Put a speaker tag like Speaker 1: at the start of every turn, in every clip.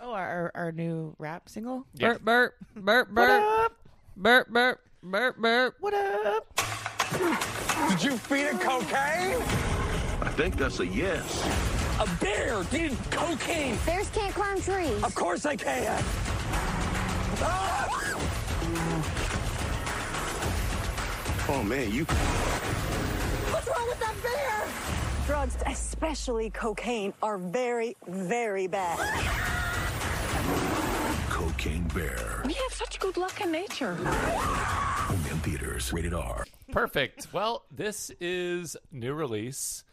Speaker 1: Oh, our new rap single.
Speaker 2: Yeah.
Speaker 3: Burp, burp, burp,
Speaker 1: What
Speaker 3: burp,
Speaker 1: up?
Speaker 3: burp, burp, burp, burp.
Speaker 1: What up?
Speaker 4: Did you feed it cocaine?
Speaker 5: I think that's a yes.
Speaker 4: A bear did cocaine.
Speaker 6: Bears can't climb trees.
Speaker 4: Of course I can. Ah!
Speaker 5: Oh man, you.
Speaker 7: What's wrong with that bear? Drugs, especially cocaine, are very, very bad.
Speaker 5: Cocaine Bear.
Speaker 8: We have such good luck in nature.
Speaker 5: Only in theaters. Rated R.
Speaker 2: Perfect. Well, this is new release.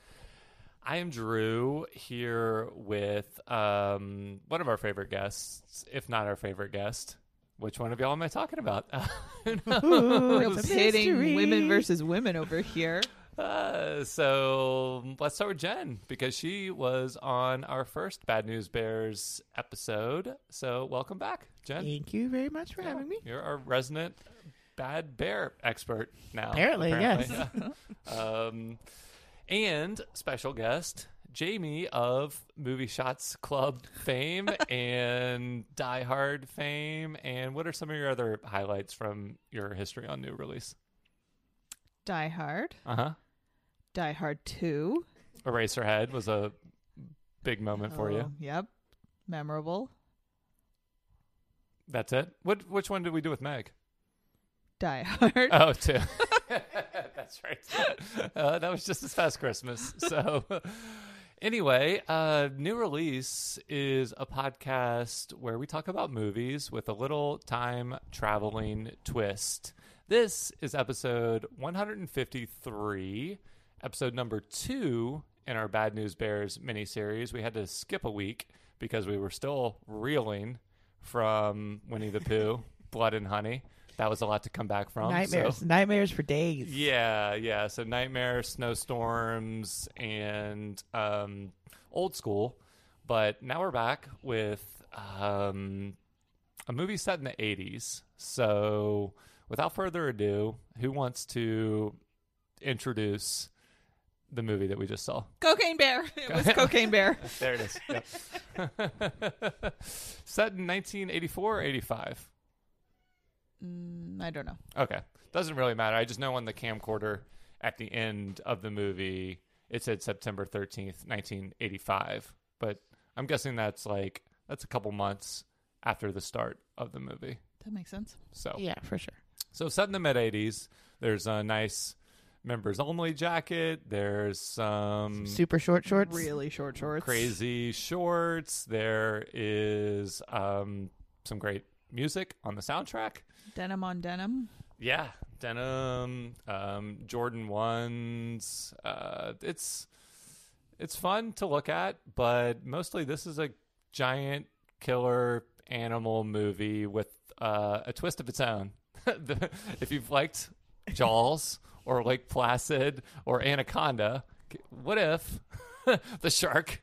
Speaker 2: I am Drew here with um, one of our favorite guests, if not our favorite guest. Which one of y'all am I talking about?
Speaker 3: We're
Speaker 1: mystery.
Speaker 3: pitting women versus women over here.
Speaker 2: Uh, so let's start with Jen because she was on our first Bad News Bears episode. So welcome back, Jen.
Speaker 1: Thank you very much for having me.
Speaker 2: You're our resident bad bear expert now.
Speaker 1: Apparently,
Speaker 2: yes. um, and special guest Jamie of Movie Shots Club fame and Die Hard fame. And what are some of your other highlights from your history on new release?
Speaker 3: Die Hard,
Speaker 2: Uh huh.
Speaker 3: Die Hard 2.
Speaker 2: Eraserhead was a big moment for you.
Speaker 3: Oh, Yep. Memorable.
Speaker 2: That's it. What which one did we do with Meg?
Speaker 3: Die Hard.
Speaker 2: Oh, two. That's right. Uh, that was just this past Christmas. So, anyway, uh, New Release is a podcast where we talk about movies with a little time traveling twist. This is episode 153, episode number two in our Bad News Bears miniseries. We had to skip a week because we were still reeling from Winnie the Pooh, Blood and Honey. That was a lot to come back from. so-
Speaker 1: Nightmares. Nightmares for days.
Speaker 2: yeah, yeah. So nightmare, snowstorms, and um, old school. But now we're back with um, a movie set in the '80s. So without further ado, who wants to introduce the movie that we just saw?
Speaker 3: Cocaine Bear. It was Cocaine Bear.
Speaker 2: There it is. Yep. set in 1984 or 85.
Speaker 3: Mm, I don't know.
Speaker 2: Okay. Doesn't really matter. I just know on the camcorder at the end of the movie, it said September 13th, 1985. But I'm guessing that's like, that's a couple months after the start of the movie.
Speaker 3: That makes sense.
Speaker 2: So,
Speaker 1: Yeah, for sure.
Speaker 2: so set in the mid 80s, there's a nice members only jacket. There's some
Speaker 1: Super short shorts.
Speaker 3: Really short shorts.
Speaker 2: Mm. crazy shorts. There is um, some great music on the soundtrack.
Speaker 3: Denim on denim.
Speaker 2: Yeah, denim, um, Jordan ones. Uh, it's it's fun to look at, but mostly this is a giant killer animal movie with uh, a twist of its own. The- if you've liked Jaws or Lake Placid or Anaconda, what if the shark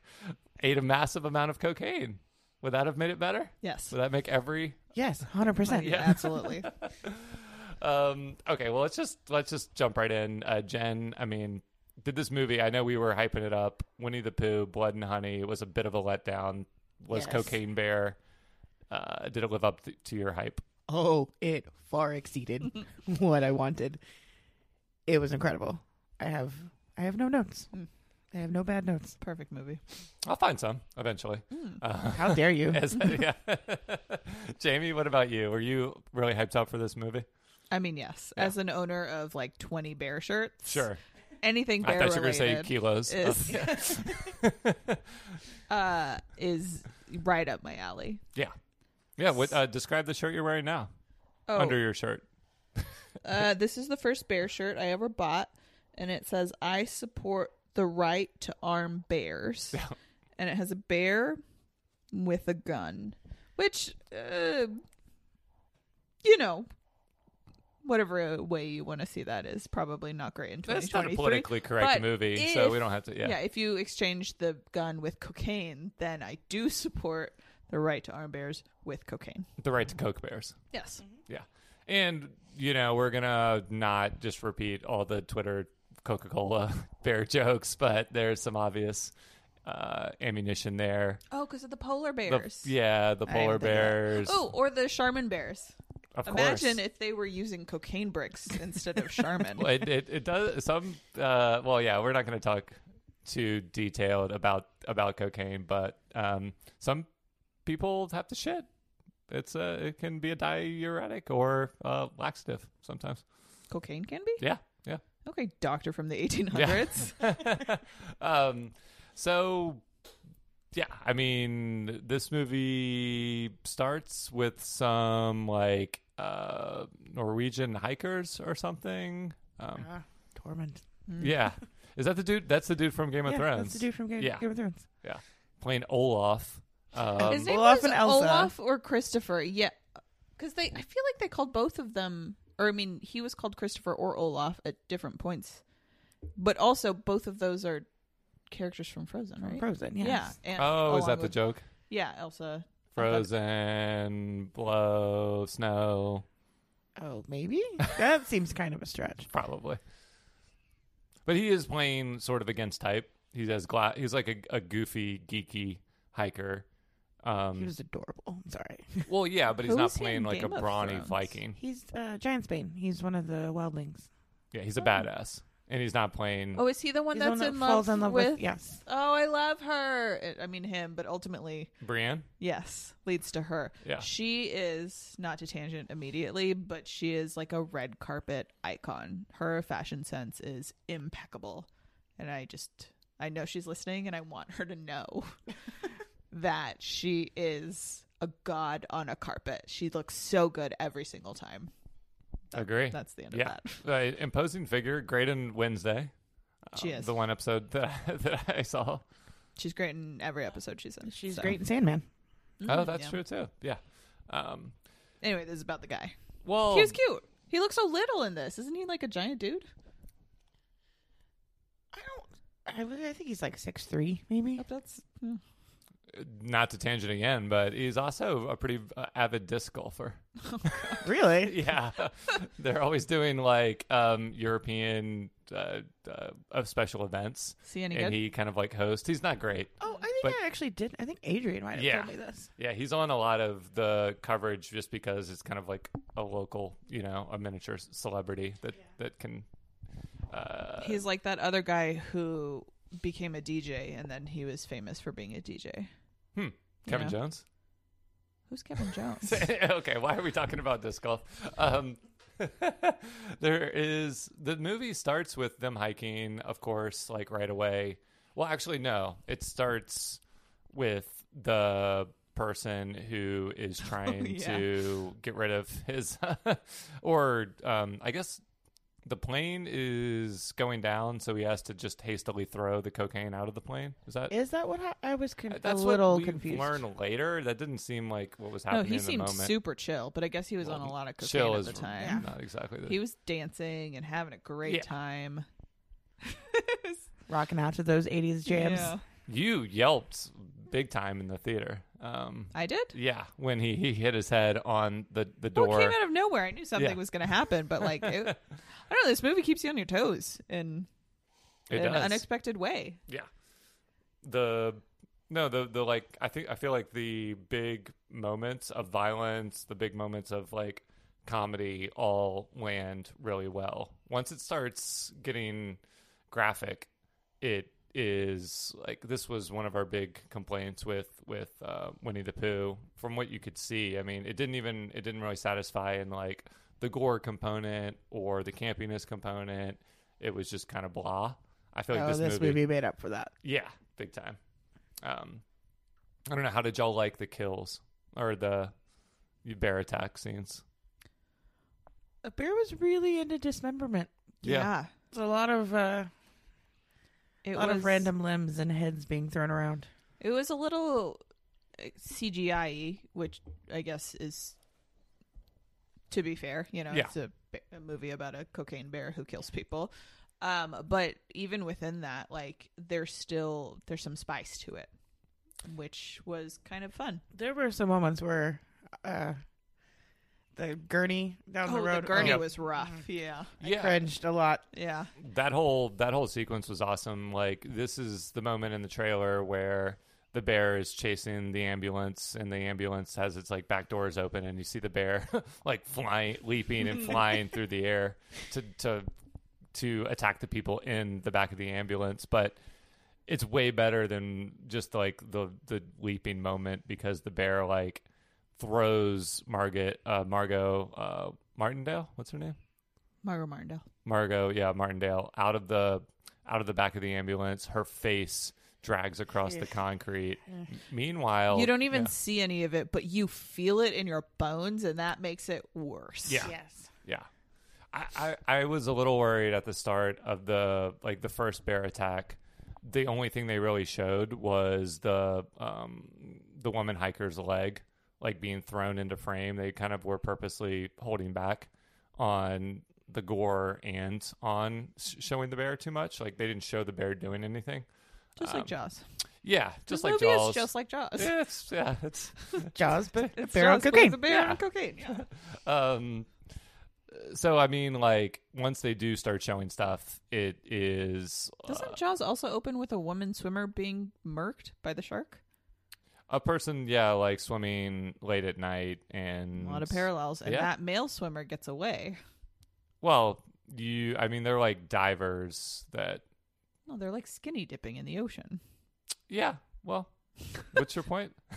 Speaker 2: ate a massive amount of cocaine? Would that have made it better?
Speaker 3: Yes.
Speaker 2: Would that make every
Speaker 1: Yes, hundred percent.
Speaker 3: Yeah, absolutely.
Speaker 2: um okay well let's just let's just jump right in uh jen i mean did this movie i know we were hyping it up winnie the pooh blood and honey was a bit of a letdown was
Speaker 1: Yes.
Speaker 2: cocaine bear uh did it live up th- to your hype
Speaker 1: Oh, it far exceeded what I wanted. It was incredible. I have I have no notes. I have no bad notes.
Speaker 3: Perfect movie.
Speaker 2: i'll find some eventually
Speaker 3: Hmm.
Speaker 2: Uh,
Speaker 1: How dare you?
Speaker 2: As- yeah. jamie what about you were you really hyped up for this movie
Speaker 3: I mean, yes. As an owner of like 20 bear shirts. Anything
Speaker 2: i
Speaker 3: bear
Speaker 2: thought you were gonna
Speaker 3: related.
Speaker 2: say kilos
Speaker 3: is uh is right up my alley.
Speaker 2: yeah yeah what uh describe the shirt you're wearing now
Speaker 3: Oh,
Speaker 2: under your shirt
Speaker 3: uh, this is the first bear shirt I ever bought, and it says "I support the right to arm bears," and it has a bear with a gun, which uh, you know. Whatever way you want to see that is probably not great in
Speaker 2: That's not a
Speaker 3: 2023,
Speaker 2: politically correct
Speaker 3: but
Speaker 2: movie, so
Speaker 3: if-
Speaker 2: we don't have to- yeah.
Speaker 3: if you exchange the gun with cocaine, then I do support the right to arm bears with cocaine.
Speaker 2: the right to coke bears
Speaker 3: Yes.
Speaker 2: Yeah. And, you know, we're going to not just repeat all the Twitter Coca Cola bear jokes, but there's some obvious uh, ammunition there.
Speaker 3: Oh, because of the polar
Speaker 2: The-
Speaker 3: bears.
Speaker 2: yeah, the
Speaker 1: didn't
Speaker 2: polar
Speaker 1: think of that.
Speaker 2: bears.
Speaker 3: Oh, or the Charmin bears.
Speaker 2: of
Speaker 3: Imagine
Speaker 2: course.
Speaker 3: if they were using cocaine bricks instead of Charmin.
Speaker 2: Well, it, it, it does some uh, well yeah we're not going to talk too detailed about about cocaine but um, some people have to shit it's a it can be a diuretic or uh, laxative sometimes
Speaker 3: cocaine can be?
Speaker 2: yeah yeah
Speaker 3: Okay, doctor from the 1800s.
Speaker 2: um, so yeah i mean this movie starts with some like uh, norwegian hikers or something um,
Speaker 1: Ah, Tormund.
Speaker 3: Hmm.
Speaker 2: yeah is that the dude that's the dude from game of
Speaker 1: yeah,
Speaker 2: thrones
Speaker 1: That's the dude from Game,
Speaker 2: Yeah.
Speaker 1: Game of Thrones.
Speaker 2: Yeah. Playing Olaf. Um,
Speaker 3: His name
Speaker 1: Olaf
Speaker 3: was
Speaker 1: and Elsa.
Speaker 3: Olaf or Christopher. Yeah. Because they, I feel like they called both of them, or I mean, he was called Christopher or Olaf at different points. But also, both of those are characters from Frozen, right?
Speaker 1: Frozen, yes.
Speaker 3: Yeah. and
Speaker 2: oh, is
Speaker 3: along
Speaker 2: that the
Speaker 3: with-
Speaker 2: joke?
Speaker 3: Yeah, Elsa.
Speaker 2: Frozen, blow, snow,
Speaker 1: Oh, maybe? That seems kind of a stretch.
Speaker 2: probably. But he is playing sort of against type. He has gla- he's like a, a goofy, geeky hiker.
Speaker 1: He
Speaker 2: Um, hmm.
Speaker 1: was adorable. I'm sorry.
Speaker 2: well, yeah, but he's
Speaker 3: Who
Speaker 2: not
Speaker 3: is he in
Speaker 2: playing like a
Speaker 3: Game of
Speaker 2: brawny
Speaker 3: Thrones?
Speaker 2: Viking.
Speaker 1: He's uh, Giant Spain. He's one of the wildlings.
Speaker 2: Yeah, he's a badass, and he's not playing.
Speaker 3: Oh, is he the one
Speaker 1: He's
Speaker 3: that's
Speaker 1: the one that
Speaker 3: in, love
Speaker 1: falls in love with,
Speaker 3: with
Speaker 1: yes.
Speaker 3: Oh, I love her. I- I mean him, but ultimately,
Speaker 2: Brienne.
Speaker 3: yes, leads to her.
Speaker 2: Yeah.
Speaker 3: She is not to tangent immediately, but she is like a red carpet icon. Her fashion sense is impeccable. And I just I know she's listening and I want her to know that she is a god on a carpet. She looks so good every single time.
Speaker 2: Agree.
Speaker 3: That's the end
Speaker 2: yeah,
Speaker 3: of that.
Speaker 2: Uh, imposing figure. Great in Wednesday. uh,
Speaker 3: She is.
Speaker 2: Um, The one episode that I, that I saw.
Speaker 3: She's great in every episode she's in.
Speaker 1: She's
Speaker 3: So, Mm-hmm.
Speaker 1: great in Sandman.
Speaker 2: Oh, that's
Speaker 3: yeah.
Speaker 2: true too. Yeah. Um,
Speaker 3: Anyway, this is about the guy.
Speaker 1: Oh.
Speaker 2: well,
Speaker 3: He was cute. He looks so little in this. Isn't he like a giant dude?
Speaker 1: I don't. I, would- I think he's like six three, maybe.
Speaker 3: That's
Speaker 2: not to tangent again, but he's also a pretty uh, avid disc golfer.
Speaker 1: Really?
Speaker 2: Yeah, they're always doing like um, European uh, uh, uh, special events.
Speaker 3: See any
Speaker 2: and
Speaker 3: good?
Speaker 2: he kind of like hosts. He's not great.
Speaker 1: Oh, I think
Speaker 2: But-
Speaker 1: I actually did. I think Adrian might have
Speaker 2: Yeah.
Speaker 1: told me this.
Speaker 2: Yeah, he's on a lot of the coverage just because it's kind of like a local, you know, a miniature c- celebrity that that can. Uh,
Speaker 3: He's like that other guy who became a DJ and then he was famous for being a DJ.
Speaker 2: hmm, Kevin
Speaker 3: Yeah.
Speaker 2: Jones.
Speaker 3: Who's Kevin Jones?
Speaker 2: okay, why are we talking about disc golf? Um, there is the movie starts with them hiking, of course, like right away. Well, actually, no, it starts with the person who is trying
Speaker 3: Oh, yeah.
Speaker 2: to get rid of his, or um, I guess the plane is going down, so he has to just hastily throw the cocaine out of the plane. Is that? uh,
Speaker 1: Is that what ha- I was con- a
Speaker 2: that's
Speaker 1: little
Speaker 2: what we
Speaker 1: confused?
Speaker 2: learned later. That didn't seem like what was
Speaker 3: no,
Speaker 2: happening
Speaker 3: he
Speaker 2: in the
Speaker 3: seemed
Speaker 2: moment
Speaker 3: super chill, but I guess he was on a lot of cocaine
Speaker 2: chill
Speaker 3: at
Speaker 2: is
Speaker 3: the time.
Speaker 2: not exactly the
Speaker 3: He was dancing and having a great
Speaker 2: Yeah.
Speaker 3: time.
Speaker 1: Rocking out to those '80s jams.
Speaker 3: Yeah.
Speaker 2: you yelped big time in the theater um
Speaker 3: I did?
Speaker 2: yeah when he, he hit his head on the the
Speaker 3: Well,
Speaker 2: door
Speaker 3: it came out of nowhere. I knew something
Speaker 2: Yeah.
Speaker 3: was going to happen, but like, it, I don't know. This movie keeps you on your toes in,
Speaker 2: It
Speaker 3: in an
Speaker 2: does.
Speaker 3: unexpected way.
Speaker 2: yeah the no the the like i think i feel like the big moments of violence the big moments of like comedy all land really well once it starts getting graphic it is like this was one of our big complaints with with uh, Winnie the Pooh. From what you could see, I mean, it didn't even it didn't really satisfy in like the gore component or the campiness component. It was just kind of blah. I feel like
Speaker 1: oh,
Speaker 2: this,
Speaker 1: this, movie. made up for that.
Speaker 2: yeah, big time. Um, I don't know how did y'all like the kills or the bear attack scenes?
Speaker 1: A bear was really into dismemberment. It's a lot of uh,
Speaker 3: It
Speaker 1: a lot of
Speaker 3: was-
Speaker 1: random limbs and heads being thrown around.
Speaker 3: It was a little uh, CGI, which I guess is to be fair, you know,
Speaker 2: Yeah.
Speaker 3: it's a, ba- a movie about a cocaine bear who kills people. Um, but even within that, like there's still there's some spice to it, which was kind of fun.
Speaker 1: There were some moments where uh, the gurney down the
Speaker 3: Oh,
Speaker 1: road.
Speaker 3: the gurney
Speaker 1: Oh,
Speaker 3: was rough. Yeah.
Speaker 2: yeah,
Speaker 1: cringed a lot.
Speaker 3: Mm-hmm. Yeah.
Speaker 2: that whole that whole sequence was awesome. Like this is the moment in the trailer where the bear is chasing the ambulance and the ambulance has its like back doors open and you see the bear like flying leaping and flying through the air to to to attack the people in the back of the ambulance but it's way better than just like the the leaping moment because the bear like throws Margaret uh Margot uh Martindale what's her name
Speaker 3: Margot Martindale.
Speaker 2: Margot, yeah, Martindale, out of the out of the back of the ambulance, her face drags across the concrete. Meanwhile,
Speaker 3: You don't even see any of it, but you feel it in your bones, and that makes it worse.
Speaker 2: Yeah.
Speaker 1: Yes.
Speaker 2: yeah. I, I I was a little worried at the start of the like the first bear attack. The only thing they really showed was the um the woman hiker's leg like being thrown into frame. They kind of were purposely holding back on the gore and on sh- showing the bear too much. Like they didn't show the bear doing anything.
Speaker 3: Just like Jaws.
Speaker 2: Yeah, Um, just
Speaker 3: This
Speaker 2: like
Speaker 3: movie
Speaker 2: Jaws.
Speaker 3: is just like Jaws.
Speaker 2: yeah, it's, yeah, it's
Speaker 1: Jaws, but a
Speaker 3: It's
Speaker 1: bear on
Speaker 3: Jaws, but
Speaker 1: cocaine.
Speaker 3: It's a bear
Speaker 2: Yeah.
Speaker 3: on cocaine. Yeah.
Speaker 2: um so I mean like once they do start showing stuff, it is uh,
Speaker 3: Doesn't Jaws also open with a woman swimmer being murked by the shark?
Speaker 2: a person yeah, like swimming late at night and
Speaker 3: A lot of parallels, and
Speaker 2: Mm. yeah.
Speaker 3: that male swimmer gets away.
Speaker 2: Well, you I mean they're like divers that
Speaker 3: No, they're like skinny dipping in the ocean.
Speaker 2: yeah, well, what's your point?
Speaker 3: Uh,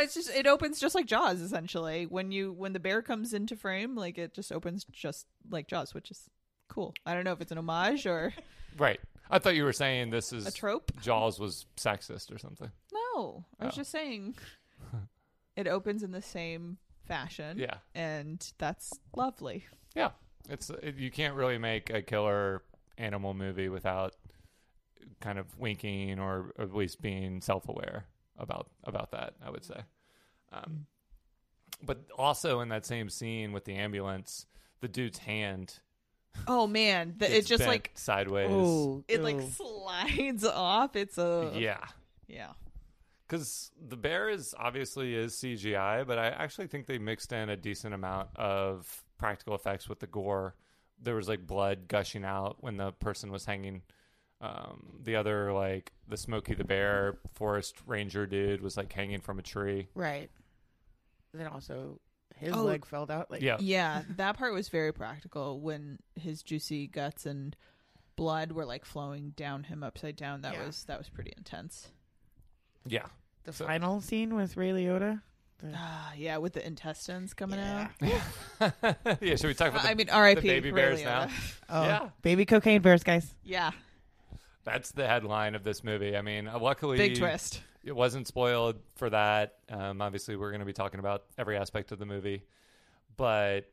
Speaker 3: It's just it opens just like Jaws essentially. When you when the bear comes into frame, like it just opens just like Jaws, which is cool. I don't know if it's an homage or
Speaker 2: Right. I thought you were saying this is
Speaker 3: a trope.
Speaker 2: Jaws was sexist or something.
Speaker 3: No, I was
Speaker 2: Oh.
Speaker 3: just saying it opens in the same fashion.
Speaker 2: Yeah.
Speaker 3: and that's lovely.
Speaker 2: Yeah, it's it, you can't really make a killer animal movie without kind of winking or at least being self-aware about about that. I would say, um, but also in that same scene with the ambulance, the dude's hand
Speaker 3: Oh man, the, it
Speaker 2: gets
Speaker 3: just
Speaker 2: bent
Speaker 3: like
Speaker 2: sideways.
Speaker 3: it like
Speaker 1: ooh.
Speaker 3: slides off. It's a
Speaker 2: Yeah,
Speaker 3: yeah.
Speaker 2: because the bear is obviously is CGI, but I actually think they mixed in a decent amount of practical effects with the gore. There was like blood gushing out when the person was hanging. Um, the other like the Smokey the Bear forest ranger dude was like hanging from a tree.
Speaker 1: Right. Then also his
Speaker 3: Oh.
Speaker 1: leg fell out. Like
Speaker 2: Yeah,
Speaker 3: Yeah, that part was very practical when his juicy guts and blood were like flowing down him upside down. That
Speaker 1: Yeah.
Speaker 3: was that was pretty intense.
Speaker 2: yeah.
Speaker 1: the
Speaker 2: So-
Speaker 1: final scene with Ray Liotta.
Speaker 3: Ah, yeah, with the intestines coming out.
Speaker 2: yeah, should we talk about the,
Speaker 3: I mean,
Speaker 2: the
Speaker 3: R.I.P.
Speaker 2: baby
Speaker 3: Ray
Speaker 2: bears
Speaker 3: Liotta.
Speaker 2: now?
Speaker 1: Oh,
Speaker 2: Yeah.
Speaker 1: baby cocaine bears, guys.
Speaker 3: Yeah,
Speaker 2: That's the headline of this movie. I mean, uh, luckily,
Speaker 3: big twist.
Speaker 2: it wasn't spoiled for that. Um, obviously, we're going to be talking about every aspect of the movie, but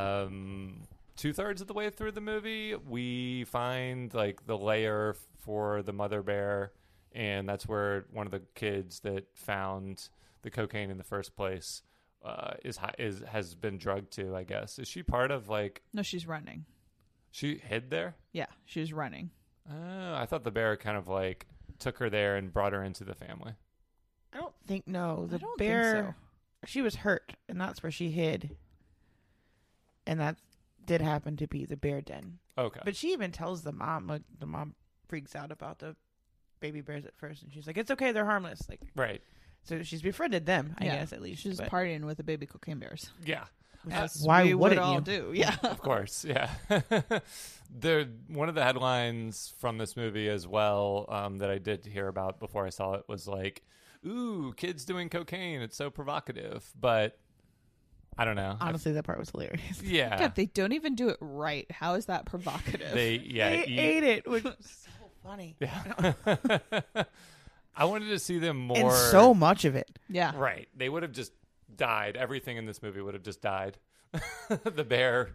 Speaker 2: um, two thirds of the way through the movie, we find like the layer f- for the mother bear, and that's where one of the kids that found the cocaine in the first place uh, is hi- is has been drugged to. I guess is she part of like
Speaker 3: No, she's running.
Speaker 2: she hid there?
Speaker 3: Yeah, she's running.
Speaker 2: Oh, I thought the bear kind of like took her there and brought her into the family.
Speaker 1: I don't think no. The
Speaker 3: I don't
Speaker 1: bear.
Speaker 3: think so.
Speaker 1: She was hurt, and that's where she hid. And that did happen to be the bear den.
Speaker 2: Okay.
Speaker 1: But she even tells the mom. Like, the mom freaks out about the baby bears at first, and she's like, "It's okay, they're harmless." Like,
Speaker 2: Right.
Speaker 1: so she's befriended them, I
Speaker 3: Yeah.
Speaker 1: guess at least.
Speaker 3: She's
Speaker 1: but-
Speaker 3: partying with the baby cocaine bears.
Speaker 2: Yeah.
Speaker 3: As
Speaker 1: why
Speaker 3: Uh, we would
Speaker 1: wouldn't
Speaker 3: all
Speaker 1: you?
Speaker 3: do? Yeah.
Speaker 2: of course, yeah. the one of the headlines from this movie as well um, that I did hear about before I saw it was like, "Ooh, kids doing cocaine. It's so provocative." But I don't know. I-
Speaker 1: honestly, that part was hilarious.
Speaker 2: yeah,
Speaker 3: God, they don't even do it right. How is that provocative?
Speaker 2: they yeah
Speaker 1: they
Speaker 2: eat-
Speaker 1: ate it, which was so funny,
Speaker 2: I wanted to see them more.
Speaker 1: and so much of it.
Speaker 3: yeah.
Speaker 2: right, they would have just died. Everything in this movie would have just died. the bear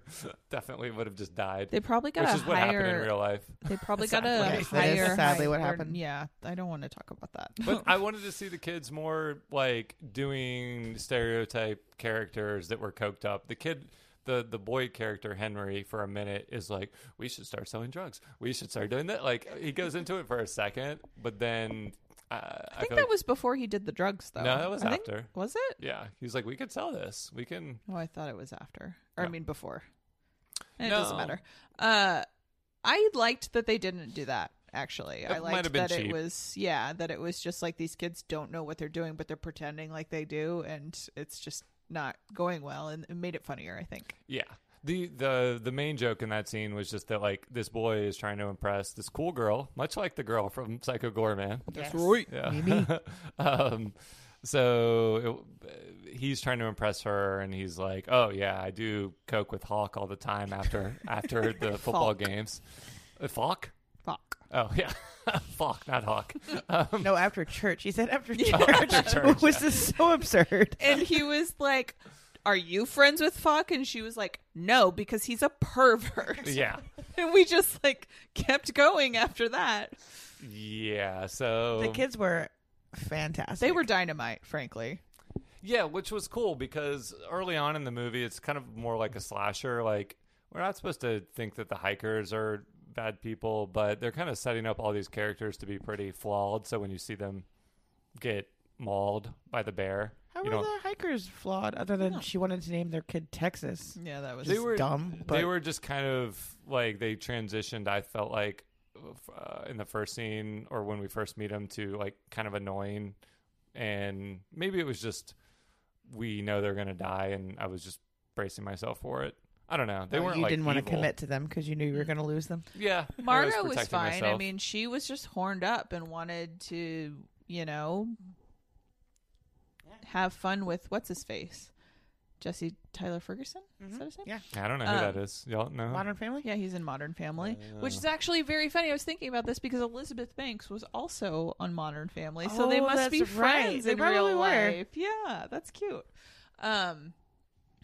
Speaker 2: definitely would have just died,
Speaker 3: They probably got
Speaker 2: which
Speaker 3: a
Speaker 2: is what happened in
Speaker 3: higher-
Speaker 2: real life.
Speaker 3: They probably got a
Speaker 1: Yes, that
Speaker 3: higher.
Speaker 1: is sadly
Speaker 3: high-
Speaker 1: what
Speaker 3: or-
Speaker 1: happened.
Speaker 3: Yeah, I don't want to talk about that.
Speaker 2: But I wanted to see the kids more like doing stereotype characters that were coked up. The kid, the the boy character Henry, for a minute is like, "We should start selling drugs. We should start doing that." Like he goes into it for a second, but then uh, I,
Speaker 3: I think that was before he did the drugs, though.
Speaker 2: No, that was
Speaker 3: I think-
Speaker 2: after.
Speaker 3: was it?
Speaker 2: Yeah, he's like, we could sell this. We can.
Speaker 3: Oh, I thought it was after. Or I mean before. It
Speaker 2: No.
Speaker 3: doesn't matter. Uh I liked that they didn't do that, actually. I
Speaker 2: It
Speaker 3: liked
Speaker 2: might have been
Speaker 3: that
Speaker 2: cheap.
Speaker 3: it was yeah, that it was just like these kids don't know what they're doing, but they're pretending like they do and it's just not going well and it made it funnier, I think.
Speaker 2: Yeah. The, the the main joke in that scene was just that like this boy is trying to impress this cool girl, much like the girl from Psycho Gorman.
Speaker 1: That's right.
Speaker 2: um, so it, he's trying to impress her, and he's like, "Oh yeah, I do coke with Hawk all the time after after the football
Speaker 3: Falk.
Speaker 2: games." Uh, Falk?
Speaker 3: Fuck.
Speaker 2: Oh yeah, Falk, not Hawk. Um,
Speaker 1: No, after church. He said after church.
Speaker 2: church,
Speaker 1: Which is so absurd.
Speaker 3: And he was like are you friends with Fuck? And she was like, No, because he's a pervert.
Speaker 2: yeah,
Speaker 3: And we just like kept going after that.
Speaker 2: yeah. So
Speaker 1: The kids were fantastic.
Speaker 3: They were dynamite, frankly.
Speaker 2: Yeah, which was cool because early on in the movie, it's kind of more like a slasher. Like, we're not supposed to think that the hikers are bad people, but they're kind of setting up all these characters to be pretty flawed. So when you see them get mauled by the bear,
Speaker 1: How
Speaker 2: you
Speaker 1: were
Speaker 2: don't.
Speaker 1: the hikers flawed? Other than she wanted to name their kid Texas.
Speaker 3: Yeah, that was
Speaker 1: They were dumb. But
Speaker 2: They were just kind of like they transitioned. I felt like uh, in the first scene or when we first meet them to like kind of annoying, and maybe it was just we know they're gonna die, and I was just bracing myself for it. I don't know. They
Speaker 1: Uh, Oh, you
Speaker 2: weren't.
Speaker 1: didn't
Speaker 2: like,
Speaker 1: want to
Speaker 2: evil.
Speaker 1: commit to them because you knew you
Speaker 3: Mm.
Speaker 1: were going to lose them.
Speaker 2: Yeah, I
Speaker 3: Margo was,
Speaker 2: protecting
Speaker 3: fine. I
Speaker 2: myself.
Speaker 3: mean, she was just horned up and wanted to, you know, have fun with what's his face, Jesse Tyler Ferguson. Is that his name?
Speaker 1: Yeah.
Speaker 2: I don't know who
Speaker 3: um,
Speaker 2: that is. Y'all know?
Speaker 1: Modern Family.
Speaker 3: Yeah, he's in Modern Family, which
Speaker 2: Uh.
Speaker 3: is actually very funny. I was thinking about this because Elizabeth Banks was also on Modern Family, so they
Speaker 1: Oh,
Speaker 3: must be
Speaker 1: that's right.
Speaker 3: friends
Speaker 1: They
Speaker 3: in
Speaker 1: probably
Speaker 3: real
Speaker 1: were.
Speaker 3: life. Yeah, that's cute. Um,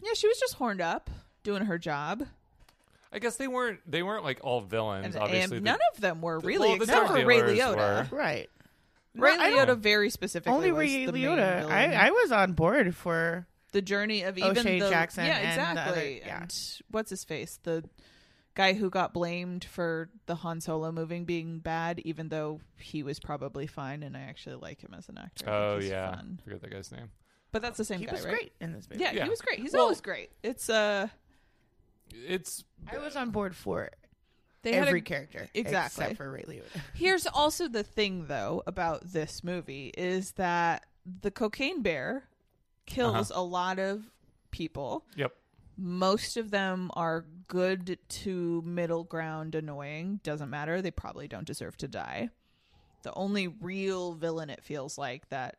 Speaker 3: yeah, she was just horned up doing her job,
Speaker 2: I guess they weren't. They weren't like all villains.
Speaker 3: and,
Speaker 2: obviously,
Speaker 3: and
Speaker 2: the-
Speaker 3: none of them were
Speaker 2: the-
Speaker 3: really
Speaker 2: well, the
Speaker 3: except
Speaker 2: drug
Speaker 3: for Ray
Speaker 2: dealers
Speaker 3: Liotta.
Speaker 2: were.
Speaker 1: Right.
Speaker 3: Ray
Speaker 1: I
Speaker 3: Liotta very specifically
Speaker 1: Only
Speaker 3: was
Speaker 1: Ray
Speaker 3: the main
Speaker 1: Liotta.
Speaker 3: villain.
Speaker 1: I, I was on board for.
Speaker 3: the journey of even
Speaker 1: O'Shea
Speaker 3: the
Speaker 1: Jackson
Speaker 3: yeah
Speaker 1: and the other-
Speaker 3: exactly
Speaker 1: yeah.
Speaker 3: and what's his face the guy who got blamed for the Han Solo movie being bad even though he was probably fine and I actually like him as an actor. I
Speaker 2: Oh
Speaker 3: think he's
Speaker 2: yeah,
Speaker 3: fun.
Speaker 2: I forget that guy's name.
Speaker 3: but that's the same
Speaker 1: He
Speaker 3: guy,
Speaker 1: was
Speaker 3: right?
Speaker 1: great in this movie.
Speaker 3: Yeah,
Speaker 2: Yeah.
Speaker 3: he was great. He's
Speaker 2: Well-
Speaker 3: always great. It's uh
Speaker 2: It's
Speaker 1: I was on board for
Speaker 3: they had
Speaker 1: every
Speaker 3: a-
Speaker 1: character
Speaker 3: Exactly.
Speaker 1: except for Ray Liotta.
Speaker 3: Here's also the thing though about this movie is that the cocaine bear kills
Speaker 2: Uh-huh.
Speaker 3: a lot of people.
Speaker 2: yep.
Speaker 3: most of them are good to middle ground annoying doesn't matter they probably don't deserve to die the only real villain it feels like that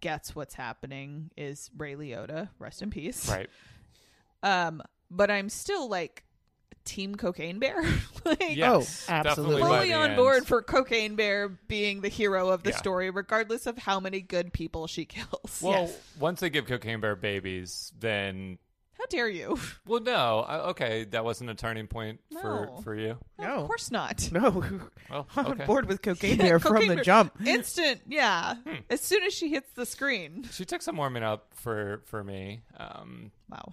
Speaker 3: gets what's happening is ray liotta rest in peace
Speaker 2: Right.
Speaker 3: um but i'm still like team cocaine bear like
Speaker 2: Yes,
Speaker 1: Oh, absolutely.
Speaker 2: definitely by
Speaker 3: fully
Speaker 2: the
Speaker 3: on
Speaker 2: end.
Speaker 3: board for cocaine bear being the hero of the
Speaker 2: Yeah.
Speaker 3: story regardless of how many good people she kills
Speaker 2: Well,
Speaker 3: Yes.
Speaker 2: once they give cocaine bear babies, then
Speaker 3: how dare you
Speaker 2: well, no, I, okay, that wasn't a turning point
Speaker 3: No.
Speaker 2: for for you.
Speaker 3: no
Speaker 1: No.
Speaker 3: of course not
Speaker 1: No.
Speaker 2: Well,
Speaker 1: Oh, on
Speaker 2: Oh, okay.
Speaker 1: board with Cocaine Bear from
Speaker 3: Cocaine
Speaker 1: the
Speaker 3: bear-
Speaker 1: jump.
Speaker 3: Instant, yeah. As soon as she hits the screen.
Speaker 2: She took some warming up for for me. Um,
Speaker 3: Wow.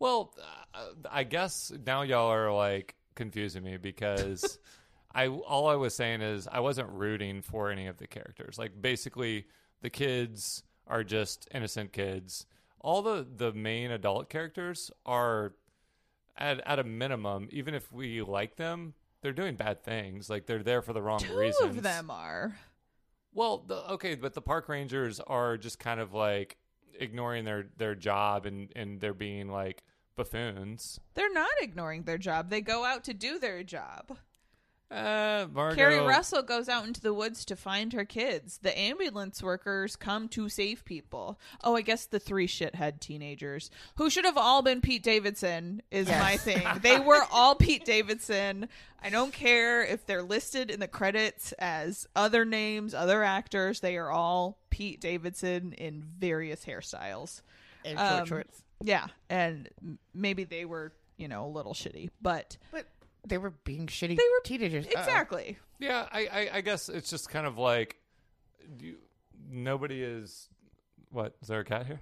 Speaker 2: well, uh, I guess now y'all are like confusing me because I all I was saying is I wasn't rooting for any of the characters. Like basically, the kids are just innocent kids. All the the main adult characters are at at a minimum, even if we like them, they're doing bad things. Like they're there for the wrong
Speaker 3: Two
Speaker 2: reasons.
Speaker 3: of them are.
Speaker 2: Well, the, okay, but the park rangers are just kind of like ignoring their their job and and they're being like buffoons.
Speaker 3: They're not ignoring their job. They go out to do their job.
Speaker 2: Uh, Margo,
Speaker 3: Carrie Russell goes out into the woods to find her kids. The ambulance workers come to save people. Oh, I guess the three shithead teenagers who should have all been Pete Davidson is my thing. They were all Pete Davidson. I don't care if they're listed in the credits as other names, other actors. They are all Pete Davidson in various hairstyles.
Speaker 1: And
Speaker 3: Um, Yeah, and m- maybe they were, you know, a little shitty, but
Speaker 1: But they were being shitty
Speaker 3: they were
Speaker 1: teenagers. Uh-oh.
Speaker 3: Exactly.
Speaker 2: Yeah, I, I I guess it's just kind of like you, nobody is. What is there a cat here?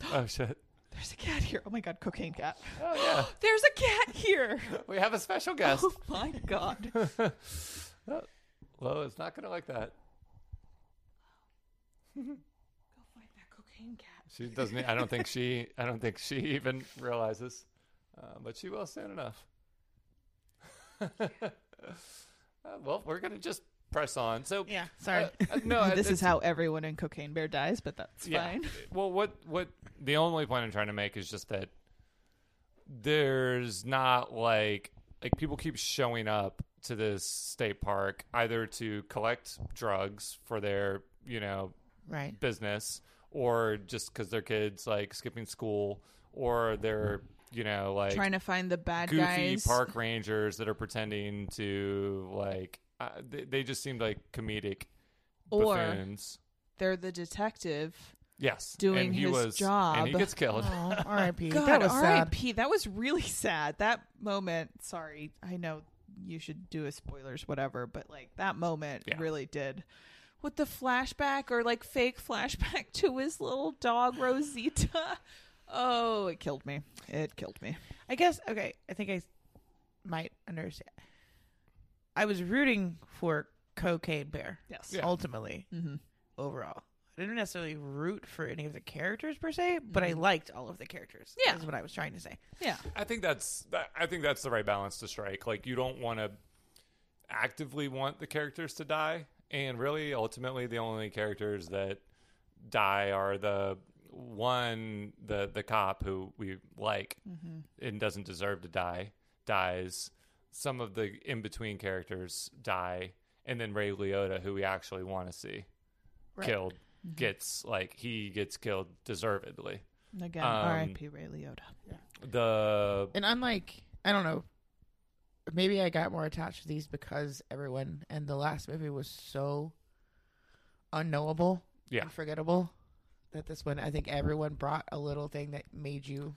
Speaker 2: Oh shit!
Speaker 3: There's a cat here. Oh my god, cocaine cat.
Speaker 2: Oh yeah,
Speaker 3: There's a cat here.
Speaker 2: we have a special guest.
Speaker 3: Oh my god.
Speaker 2: Well, it's not gonna like that.
Speaker 3: Go find that cocaine cat.
Speaker 2: She doesn't. e, I don't think she. I don't think she even realizes, uh, but she will soon enough. Uh, well, we're gonna just press on. So
Speaker 1: Yeah, sorry.
Speaker 2: uh, uh, no,
Speaker 3: this
Speaker 2: it's-
Speaker 3: is how everyone in Cocaine Bear dies, but that's fine.
Speaker 2: Well, what what the only point I'm trying to make is just that there's not like like people keep showing up to this state park either to collect drugs for their you know
Speaker 1: Right.
Speaker 2: business or just because their kids like skipping school or they're you know like
Speaker 3: Trying to find the bad
Speaker 2: goofy
Speaker 3: guys.
Speaker 2: park rangers that are pretending to like uh, they, they just seemed like comedic
Speaker 3: Or-
Speaker 2: buffoons.
Speaker 3: They're the detective.
Speaker 2: Yes,
Speaker 3: doing
Speaker 2: and he
Speaker 3: his
Speaker 2: was, and he
Speaker 3: job.
Speaker 2: gets killed.
Speaker 1: Oh, R.I.P.
Speaker 3: God,
Speaker 1: that was sad.
Speaker 3: R.I.P. That was really sad. That moment. Sorry, I know you should do a spoilers, whatever, but like that moment
Speaker 2: Yeah.
Speaker 3: really did. With the flashback or like fake flashback to his little dog Rosita. Oh, it killed me. It killed me.
Speaker 1: I guess okay. I think I s- might understand. I was rooting for Cocaine Bear.
Speaker 3: Yes.
Speaker 2: Yeah.
Speaker 1: Ultimately, overall, I didn't necessarily root for any of the characters per se, but I liked all of the characters.
Speaker 3: Yeah.
Speaker 1: is what I was trying to say.
Speaker 3: Yeah.
Speaker 2: I think that's that, I think that's the right balance to strike. Like you don't want to actively want the characters to die, and really, ultimately, the only characters that die are the one the the cop who we like and doesn't deserve to die dies. Some of the in between characters die, and then Ray Liotta, who we actually want to see killed, gets like he gets killed deservedly.
Speaker 3: Again,
Speaker 2: Um,
Speaker 3: R.I.P. Ray Liotta.
Speaker 2: The
Speaker 1: And unlike, I don't know, maybe I got more attached to these because everyone and the last movie was so unknowable,
Speaker 2: Yeah.
Speaker 1: and forgettable. That this one, I think everyone brought a little thing that made you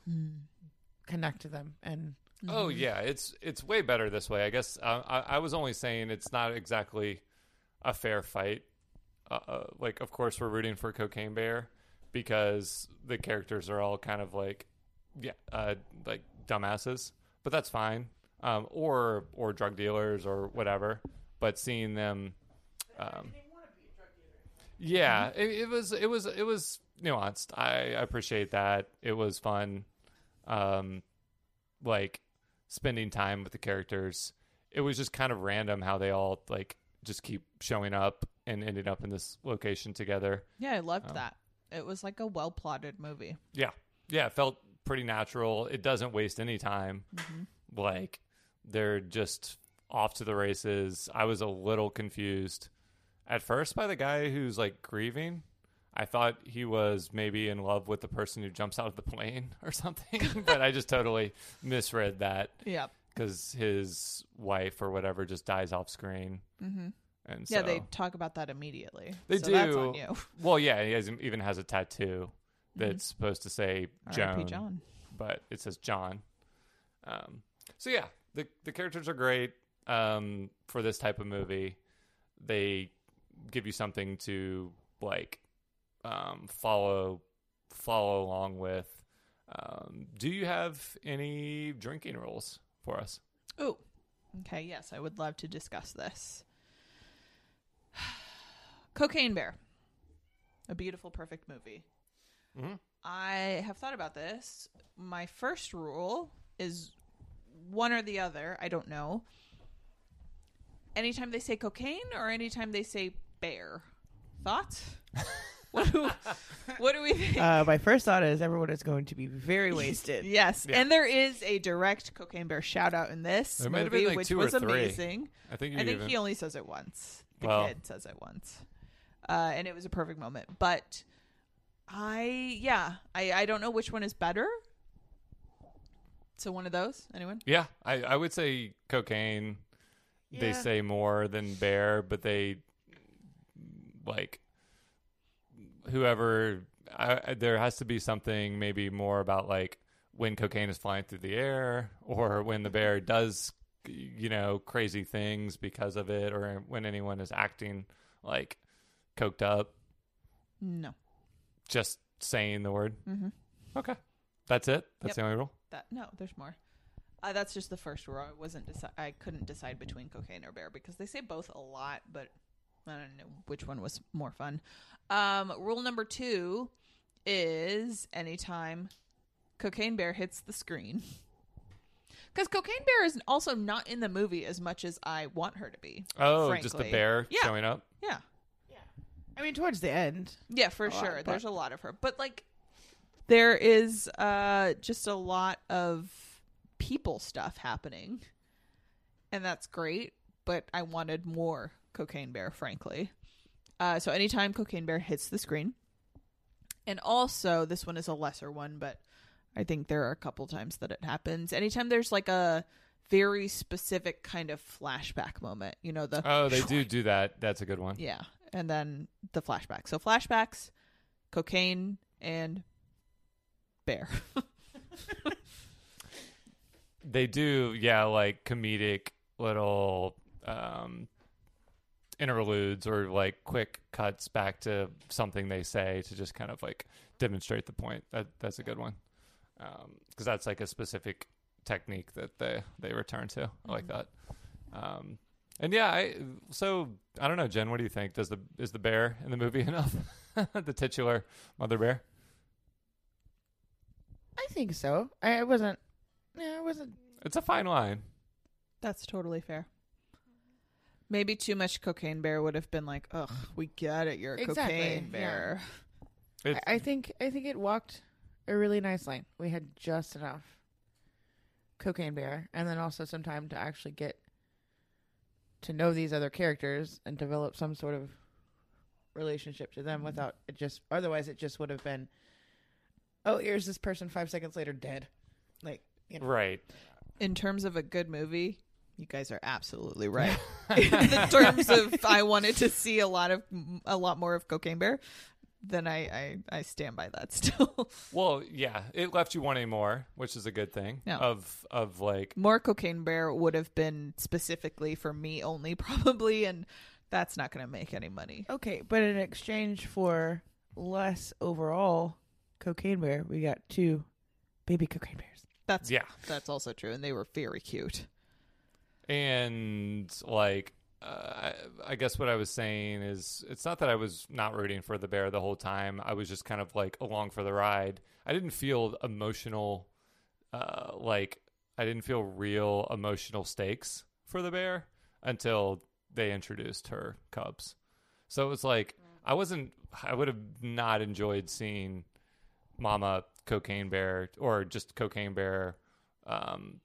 Speaker 1: connect to them, and
Speaker 2: Oh yeah, it's it's way better this way. I guess uh, I, I was only saying it's not exactly a fair fight. Uh, uh, like, of course, we're rooting for Cocaine Bear because the characters are all kind of like, yeah, uh, like dumbasses. But that's fine. Um, or or drug dealers or whatever. But seeing them, um, yeah, it, it was it was it was nuanced. I appreciate that. It was fun. Um, like spending time with the characters. It was just kind of random how they all like just keep showing up and ending up in this location together.
Speaker 3: Yeah, I
Speaker 2: oh.
Speaker 3: loved that. It was like a well plotted movie.
Speaker 2: Yeah. Yeah, it felt pretty natural. It doesn't waste any time. Like they're just off to the races. I was a little confused at first by the guy who's like grieving. I thought he was maybe in love with the person who jumps out of the plane or something, but I just totally misread that
Speaker 3: Yep.
Speaker 2: because his wife or whatever just dies off screen. Mm-hmm. And so,
Speaker 3: Yeah, they talk about that immediately.
Speaker 2: they
Speaker 3: so
Speaker 2: do.
Speaker 3: That's on you.
Speaker 2: Well, yeah, he has, even has a tattoo
Speaker 3: Mm-hmm.
Speaker 2: that's supposed to say
Speaker 3: R.I.P.
Speaker 2: Joan,
Speaker 3: John.
Speaker 2: but it says John. Um, so yeah, the the characters are great um, for this type of movie. They give you something to like um, follow follow along with. Um, do you have any drinking rules for us?
Speaker 3: Oh, okay. Yes, I would love to discuss this. Cocaine Bear, a beautiful, perfect movie.
Speaker 2: Mm-hmm.
Speaker 3: I have thought about this. My first rule is one or the other. I don't know. Anytime they say cocaine or anytime they say bear, thoughts. what, do, what do we think?
Speaker 1: Uh, my first thought is everyone is going to be very wasted.
Speaker 3: Yes, and there is a direct Cocaine Bear shout out in this
Speaker 2: There might have
Speaker 3: movie,
Speaker 2: been, like,
Speaker 3: which
Speaker 2: two or
Speaker 3: was
Speaker 2: three.
Speaker 3: amazing.
Speaker 2: I think you
Speaker 3: I think
Speaker 2: even-
Speaker 3: he only says it once. The
Speaker 2: Well-
Speaker 3: kid says it once, uh, and it was a perfect moment. But I, yeah, I, I don't know which one is better. So one of those, anyone?
Speaker 2: Yeah, I, I would say cocaine. They
Speaker 1: Yeah.
Speaker 2: say more than bear, but they like whoever. I, I- there has to be something maybe more about like when cocaine is flying through the air, or when the bear
Speaker 3: Mm-hmm.
Speaker 2: does you know crazy things because of it, or when anyone is acting like coked up.
Speaker 3: No,
Speaker 2: Just saying the word. Mm-hmm. Okay, that's it. That's
Speaker 3: Yep.
Speaker 2: the only rule.
Speaker 3: that no. There's more. Uh, that's just the first rule. I wasn't. Deci- I couldn't decide between cocaine or bear because they say both a lot, but I don't know which one was more fun. Um, rule number two is anytime Cocaine Bear hits the screen. Because Cocaine Bear is also not in the movie as much as I want her to be.
Speaker 2: Oh, just the
Speaker 3: frankly.
Speaker 2: bear
Speaker 3: Yeah.
Speaker 2: showing up.
Speaker 3: Yeah.
Speaker 1: I mean, towards the end,
Speaker 3: Yeah, for sure. There's a lot of her. But like there is uh just a lot of people stuff happening. And that's great, but I wanted more Cocaine Bear, frankly. Uh so anytime Cocaine Bear hits the screen. And also this one is a lesser one, but I think there are a couple times that it happens. Anytime there's like a very specific kind of flashback moment, you know, the
Speaker 2: Oh, they do do that. That's a good one.
Speaker 3: yeah. And then the flashbacks. So flashbacks, cocaine, and bear.
Speaker 2: They do, yeah, like comedic little um, interludes or like quick cuts back to something they say to just kind of like demonstrate the point. That that's a good one because that's like a specific technique that they they return to. I
Speaker 1: Mm-hmm.
Speaker 2: like that. Um, and yeah, I so I don't know, Jen. What do you think? Does the is the bear in the movie enough? the titular mother bear.
Speaker 1: I think so. I, I wasn't. No, I wasn't.
Speaker 2: It's a fine line.
Speaker 3: That's totally fair. Maybe too much cocaine bear would have been like, ugh, we get it. You're a
Speaker 1: Exactly,
Speaker 3: cocaine bear.
Speaker 2: It's,
Speaker 1: I, I think. I think it walked a really nice line. We had just enough cocaine bear, and then also some time to actually get to know these other characters and develop some sort of relationship to them. Without it, just otherwise, it just would have been. Oh, here's this person. Five seconds later, dead. Like you know.
Speaker 2: right.
Speaker 3: In terms of a good movie, you guys are absolutely right. In the terms of I wanted to see a lot of a lot more of cocaine bear, then I I, I stand by that still.
Speaker 2: Well, yeah, it left you wanting more, which is a good thing.
Speaker 3: Yeah.
Speaker 2: Of of like,
Speaker 3: more cocaine bear would have been specifically for me only probably and that's not going to make any money
Speaker 1: Okay, but in exchange for less overall cocaine bear, we got two baby cocaine bears.
Speaker 3: that's
Speaker 2: Yeah.
Speaker 3: that's also true and they were very cute
Speaker 2: and like, uh, I, I guess what I was saying is, it's not that I was not rooting for the bear the whole time. I was just kind of like along for the ride. I didn't feel emotional, uh, like I didn't feel real emotional stakes for the bear until they introduced her cubs. So it was like I wasn't. I would have not enjoyed seeing Mama Cocaine Bear or just Cocaine Bear um,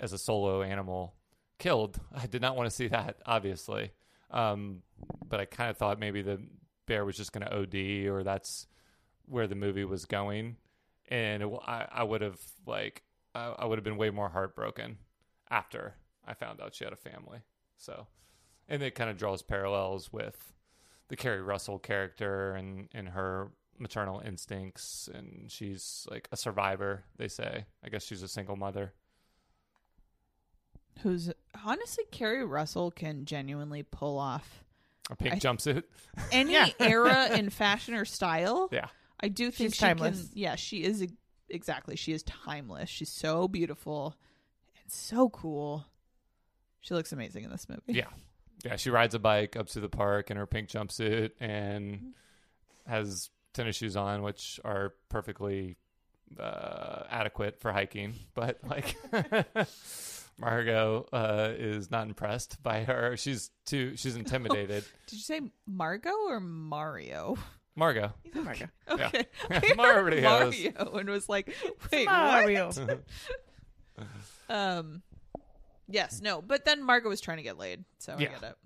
Speaker 2: as a solo animal killed. I did not want to see that, obviously. Um, but I kind of thought maybe the bear was just going to OD or that's where the movie was going. And it, w- I, I would have like I, I would have been way more heartbroken after I found out she had a family. So, and it kind of draws parallels with the Carrie Russell character and and her maternal instincts and she's like a survivor they say i guess she's a single mother
Speaker 3: who's honestly carrie russell can genuinely pull off
Speaker 2: a pink jumpsuit
Speaker 3: any era in fashion or style
Speaker 2: yeah
Speaker 3: i do think
Speaker 1: She's
Speaker 3: she
Speaker 1: timeless.
Speaker 3: can yeah she is e- exactly she is timeless she's so beautiful and so cool she looks amazing in this movie
Speaker 2: yeah yeah she rides a bike up to the park in her pink jumpsuit and has tennis shoes on which are perfectly uh, adequate for hiking but like margot uh, is not impressed by her she's too she's intimidated
Speaker 3: did you say margot or mario
Speaker 2: margot
Speaker 1: Margo.
Speaker 2: Yeah.
Speaker 3: Okay.
Speaker 2: Mario.
Speaker 3: Mario and was like, wait, what?
Speaker 1: Mario.
Speaker 3: Um, yes, no, but then Margot was trying to get laid, so
Speaker 2: Yeah.
Speaker 3: I get it.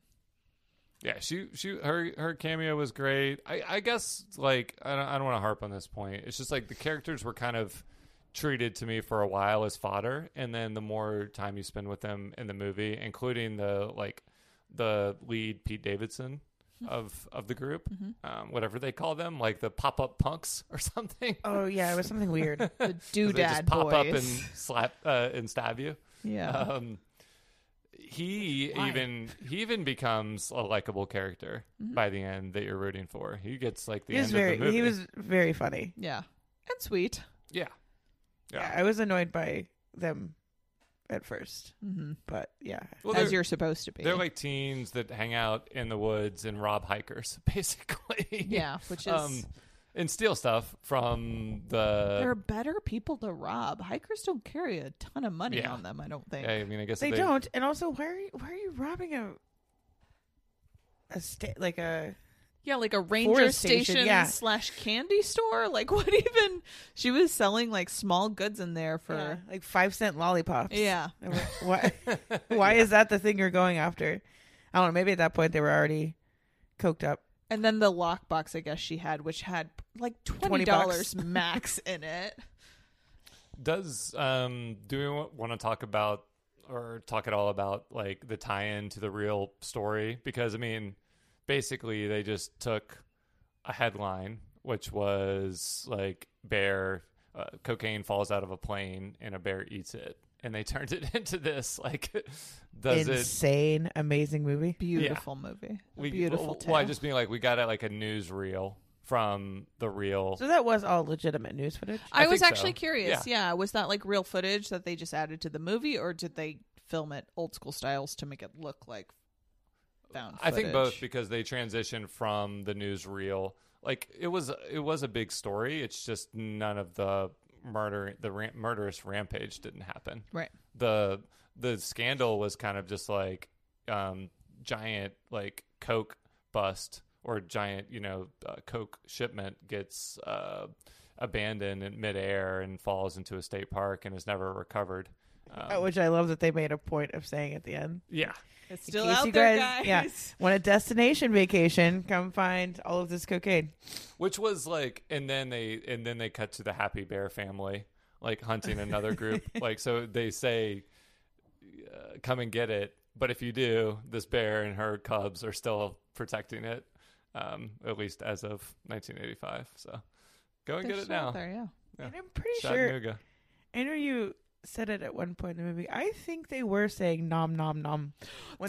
Speaker 2: Yeah, she she her her cameo was great. I I guess like I don't I don't want to harp on this point. It's just like the characters were kind of treated to me for a while as fodder, and then the more time you spend with them in the movie, including the like the lead Pete Davidson of of the group, um, whatever they call them, like the pop up punks or something.
Speaker 1: Oh yeah, it was something weird.
Speaker 3: The
Speaker 2: 'Cause they just
Speaker 3: doodad
Speaker 2: pop up and
Speaker 3: boys.
Speaker 2: slap uh, and stab you.
Speaker 3: yeah.
Speaker 1: Uh-huh.
Speaker 2: Um, he even he even becomes a likable character by the end that you're rooting for. He gets like the
Speaker 1: Mm-hmm. He
Speaker 2: end
Speaker 1: was very
Speaker 2: of the movie.
Speaker 1: he was very funny.
Speaker 3: yeah. And sweet.
Speaker 2: yeah,
Speaker 1: I was annoyed by them at 1st but yeah,
Speaker 2: Well,
Speaker 3: Mm-hmm. as
Speaker 2: they're-
Speaker 3: you're supposed to be.
Speaker 2: They're like teens that hang out in the woods and rob hikers, basically. Um,
Speaker 3: Yeah, which is-
Speaker 2: and steal stuff from
Speaker 3: there are
Speaker 2: the.
Speaker 3: better people to rob. Hikers don't carry a ton of money
Speaker 2: Yeah.
Speaker 3: on them, I don't think.
Speaker 2: I mean, I guess
Speaker 1: they
Speaker 2: if
Speaker 1: don't. And also, why are you why are you robbing a a state like a
Speaker 3: Yeah, like a ranger
Speaker 1: Forest
Speaker 3: station,
Speaker 1: station, yeah.
Speaker 3: slash candy store. Like what even? She was selling like small goods in there
Speaker 1: uh,
Speaker 3: for.
Speaker 1: like five cent lollipops?
Speaker 3: Yeah.
Speaker 1: And wh- Why? Why is that the thing you're going after? I don't know. Maybe at that point they were already coked up.
Speaker 3: And then the lockbox, I guess she had, which had like twenty
Speaker 1: 20
Speaker 3: dollars
Speaker 1: bucks.
Speaker 3: max in it.
Speaker 2: Does um do we want to talk about or talk at all about like the tie-in to the real story? Because I mean, basically they just took a headline, which was like bear uh, cocaine falls out of a plane and a bear eats it, and they turned it into this. Like, does it?
Speaker 1: Insane, amazing movie.
Speaker 3: Beautiful movie.
Speaker 2: We,
Speaker 3: Beautiful
Speaker 2: Well,
Speaker 3: tale.
Speaker 2: well, I just mean like we got it like a newsreel from the real.
Speaker 1: So that was all legitimate news footage.
Speaker 3: I,
Speaker 2: I
Speaker 3: was
Speaker 2: think
Speaker 3: actually
Speaker 2: so.
Speaker 3: curious. Yeah. was that like real footage that they just added to the movie, or did they film it old school styles to make it look like found?
Speaker 2: I think
Speaker 3: footage?
Speaker 2: both because they transitioned from the newsreel. Like it was, it was a big story. It's just none of the murder, the ram- murderous rampage didn't happen.
Speaker 3: Right.
Speaker 2: The the scandal was kind of just like um, giant like coke bust or giant you know uh, coke shipment gets uh, abandoned in midair and falls into a state park and is never recovered. Um,
Speaker 1: Uh, Which I love that they made a point of saying at the end.
Speaker 2: yeah,
Speaker 3: It's
Speaker 1: In
Speaker 3: still
Speaker 1: case
Speaker 3: out
Speaker 1: you
Speaker 3: there, guys.
Speaker 1: guys- Yeah, want a destination vacation? Come find all of this cocaine.
Speaker 2: which was like and then they and then they cut to the happy bear family like hunting another group like so they say uh, come and get it but if you do this bear and her cubs are still protecting it um at least as of 1985 so go and
Speaker 3: They're
Speaker 2: get it
Speaker 3: still out
Speaker 2: now
Speaker 3: there, yeah.
Speaker 1: And I'm pretty sure.
Speaker 2: Chattanooga.
Speaker 1: I know you said it at one point in the movie. I think they were saying nom nom nom. When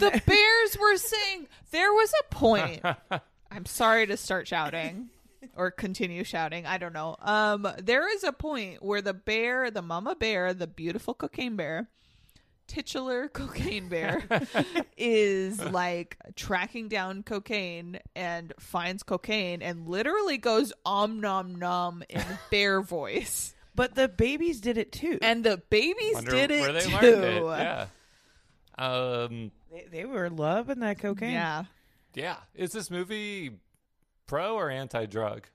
Speaker 3: the
Speaker 1: they-
Speaker 3: bears were saying there was a point i'm sorry to start shouting or continue shouting i don't know um there is a point where the bear the mama bear the beautiful cocaine bear titular cocaine bear is like tracking down cocaine and finds cocaine and literally goes om nom nom in bear voice
Speaker 1: but the babies did it too.
Speaker 3: and the babies
Speaker 2: Wonder
Speaker 3: did it
Speaker 2: where they
Speaker 3: too
Speaker 2: learned it yeah um
Speaker 1: they, they were loving that cocaine.
Speaker 3: yeah
Speaker 2: yeah is this movie pro or anti-drug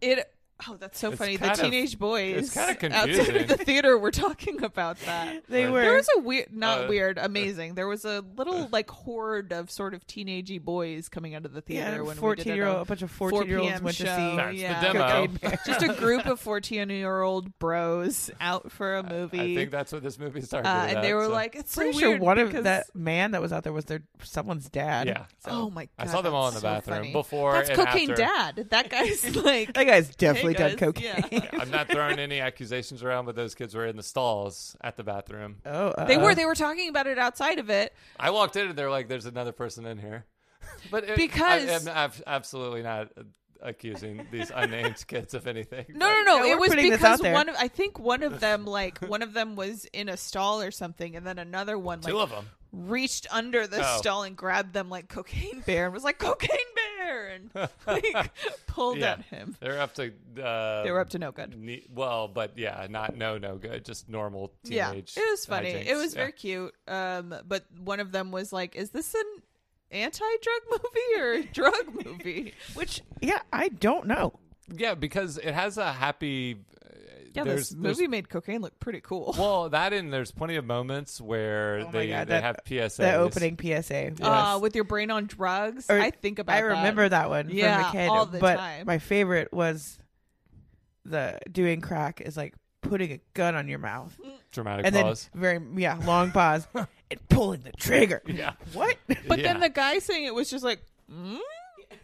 Speaker 3: It. Oh, that's so
Speaker 2: It's
Speaker 3: funny. The
Speaker 2: kind of-
Speaker 3: teenage boys.
Speaker 2: it's kind of
Speaker 3: Outside
Speaker 2: confusing.
Speaker 3: of the theater, were talking about that.
Speaker 1: They
Speaker 2: Right.
Speaker 1: were.
Speaker 3: There was a weird, not
Speaker 2: Uh,
Speaker 3: weird, amazing. There was a little like horde of sort of teenagey boys coming out of the
Speaker 1: yeah,
Speaker 3: theater when we did it
Speaker 1: year old,
Speaker 3: on
Speaker 1: a bunch of
Speaker 3: 4
Speaker 1: fourteen year olds
Speaker 3: PM
Speaker 1: went
Speaker 3: show.
Speaker 1: to
Speaker 2: That's
Speaker 1: see.
Speaker 2: the
Speaker 3: yeah.
Speaker 2: demo.
Speaker 1: Cocaine Bear.
Speaker 3: Just a group of fourteen-year-old bros out for a movie,
Speaker 2: i think that's what this movie started
Speaker 3: uh, and they
Speaker 2: at,
Speaker 3: were
Speaker 2: so-
Speaker 3: like, "It's so
Speaker 1: Pretty sure
Speaker 3: weird."
Speaker 1: one of
Speaker 3: because-
Speaker 1: that man that was out there was their someone's dad.
Speaker 2: yeah
Speaker 3: Oh my god!
Speaker 2: I saw them all in
Speaker 3: that's
Speaker 2: the
Speaker 3: so
Speaker 2: bathroom
Speaker 3: funny.
Speaker 2: before
Speaker 3: That's
Speaker 2: and
Speaker 3: cocaine
Speaker 2: after.
Speaker 3: dad. That guy's like
Speaker 1: That guy's definitely
Speaker 3: guys,
Speaker 1: done cocaine.
Speaker 3: yeah.
Speaker 2: I'm not throwing any accusations around, but those kids were in the stalls at the bathroom.
Speaker 1: Oh, uh,
Speaker 3: They were. They were talking about it outside of it.
Speaker 2: I walked in and they're like, "There's another person in here," but it-
Speaker 3: Because-
Speaker 2: I am ab- absolutely not uh, accusing these unnamed kids of anything.
Speaker 3: No,
Speaker 2: but-
Speaker 3: no, no.
Speaker 1: Yeah,
Speaker 3: it
Speaker 1: we're
Speaker 3: was
Speaker 1: putting this
Speaker 3: because
Speaker 1: out there.
Speaker 3: one of I think one of them like one of them was in a stall or something, and then another one like
Speaker 2: Two of them.
Speaker 3: reached under the
Speaker 2: Oh.
Speaker 3: stall and grabbed them like cocaine bear and was like cocaine bear and like pulled
Speaker 2: Yeah,
Speaker 3: at him.
Speaker 2: they're up to. Uh,
Speaker 3: They were up to no good.
Speaker 2: Ne- well, but yeah, not no, no good. Just normal
Speaker 3: Yeah,
Speaker 2: teenage.
Speaker 3: it was funny. It
Speaker 2: hijinks.
Speaker 3: was
Speaker 2: Yeah.
Speaker 3: very cute. Um, but one of them was like, "Is this an anti-drug movie or a drug movie?"
Speaker 1: Which, yeah, I don't know.
Speaker 2: Yeah, because it has a happy. uh,
Speaker 3: Yeah, this
Speaker 2: there's, there's-
Speaker 3: movie made cocaine look pretty cool.
Speaker 2: Well, that and there's plenty of moments where
Speaker 1: Oh my
Speaker 2: they
Speaker 1: God,
Speaker 2: they
Speaker 1: that-
Speaker 2: have PSAs.
Speaker 1: The opening PSA. was-
Speaker 3: Uh, with your brain on drugs,
Speaker 1: Or-
Speaker 3: I think about.
Speaker 1: I
Speaker 3: that.
Speaker 1: remember that, one
Speaker 3: Yeah,
Speaker 1: from a kid.
Speaker 3: all the
Speaker 1: but
Speaker 3: time.
Speaker 1: my favorite was the doing crack is like putting a gun on your mouth
Speaker 3: Mm.
Speaker 2: dramatic
Speaker 1: and
Speaker 2: pause.
Speaker 1: then very yeah long pause and pulling the trigger.
Speaker 2: Yeah.
Speaker 1: What
Speaker 3: But
Speaker 2: Yeah.
Speaker 3: then the guy saying it was just like, mm,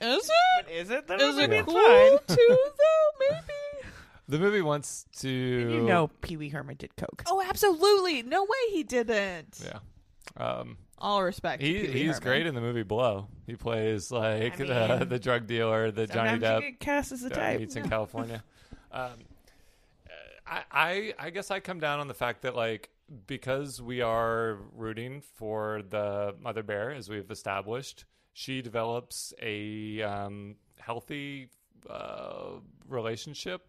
Speaker 3: is it?
Speaker 1: is it? That
Speaker 3: Is
Speaker 1: was
Speaker 3: it
Speaker 1: maybe
Speaker 3: cool too, though? Maybe.
Speaker 2: The movie wants to.
Speaker 1: You know, Pee Wee Herman did coke.
Speaker 3: Oh, absolutely. No way he didn't.
Speaker 2: Yeah. Um,
Speaker 3: All respect. to
Speaker 2: he,
Speaker 3: Pee
Speaker 2: he's
Speaker 3: Wee Herman.
Speaker 2: great in the movie Blow. He plays like
Speaker 1: I
Speaker 2: the,
Speaker 1: mean,
Speaker 2: the drug dealer, the Johnny
Speaker 1: Sometimes
Speaker 2: Depp
Speaker 1: you get cast as the
Speaker 2: uh,
Speaker 1: type.
Speaker 2: meets in California. Um, uh, I, I I guess I come down on the fact that like because we are rooting for the mother bear as we've established, she develops a um, healthy uh, relationship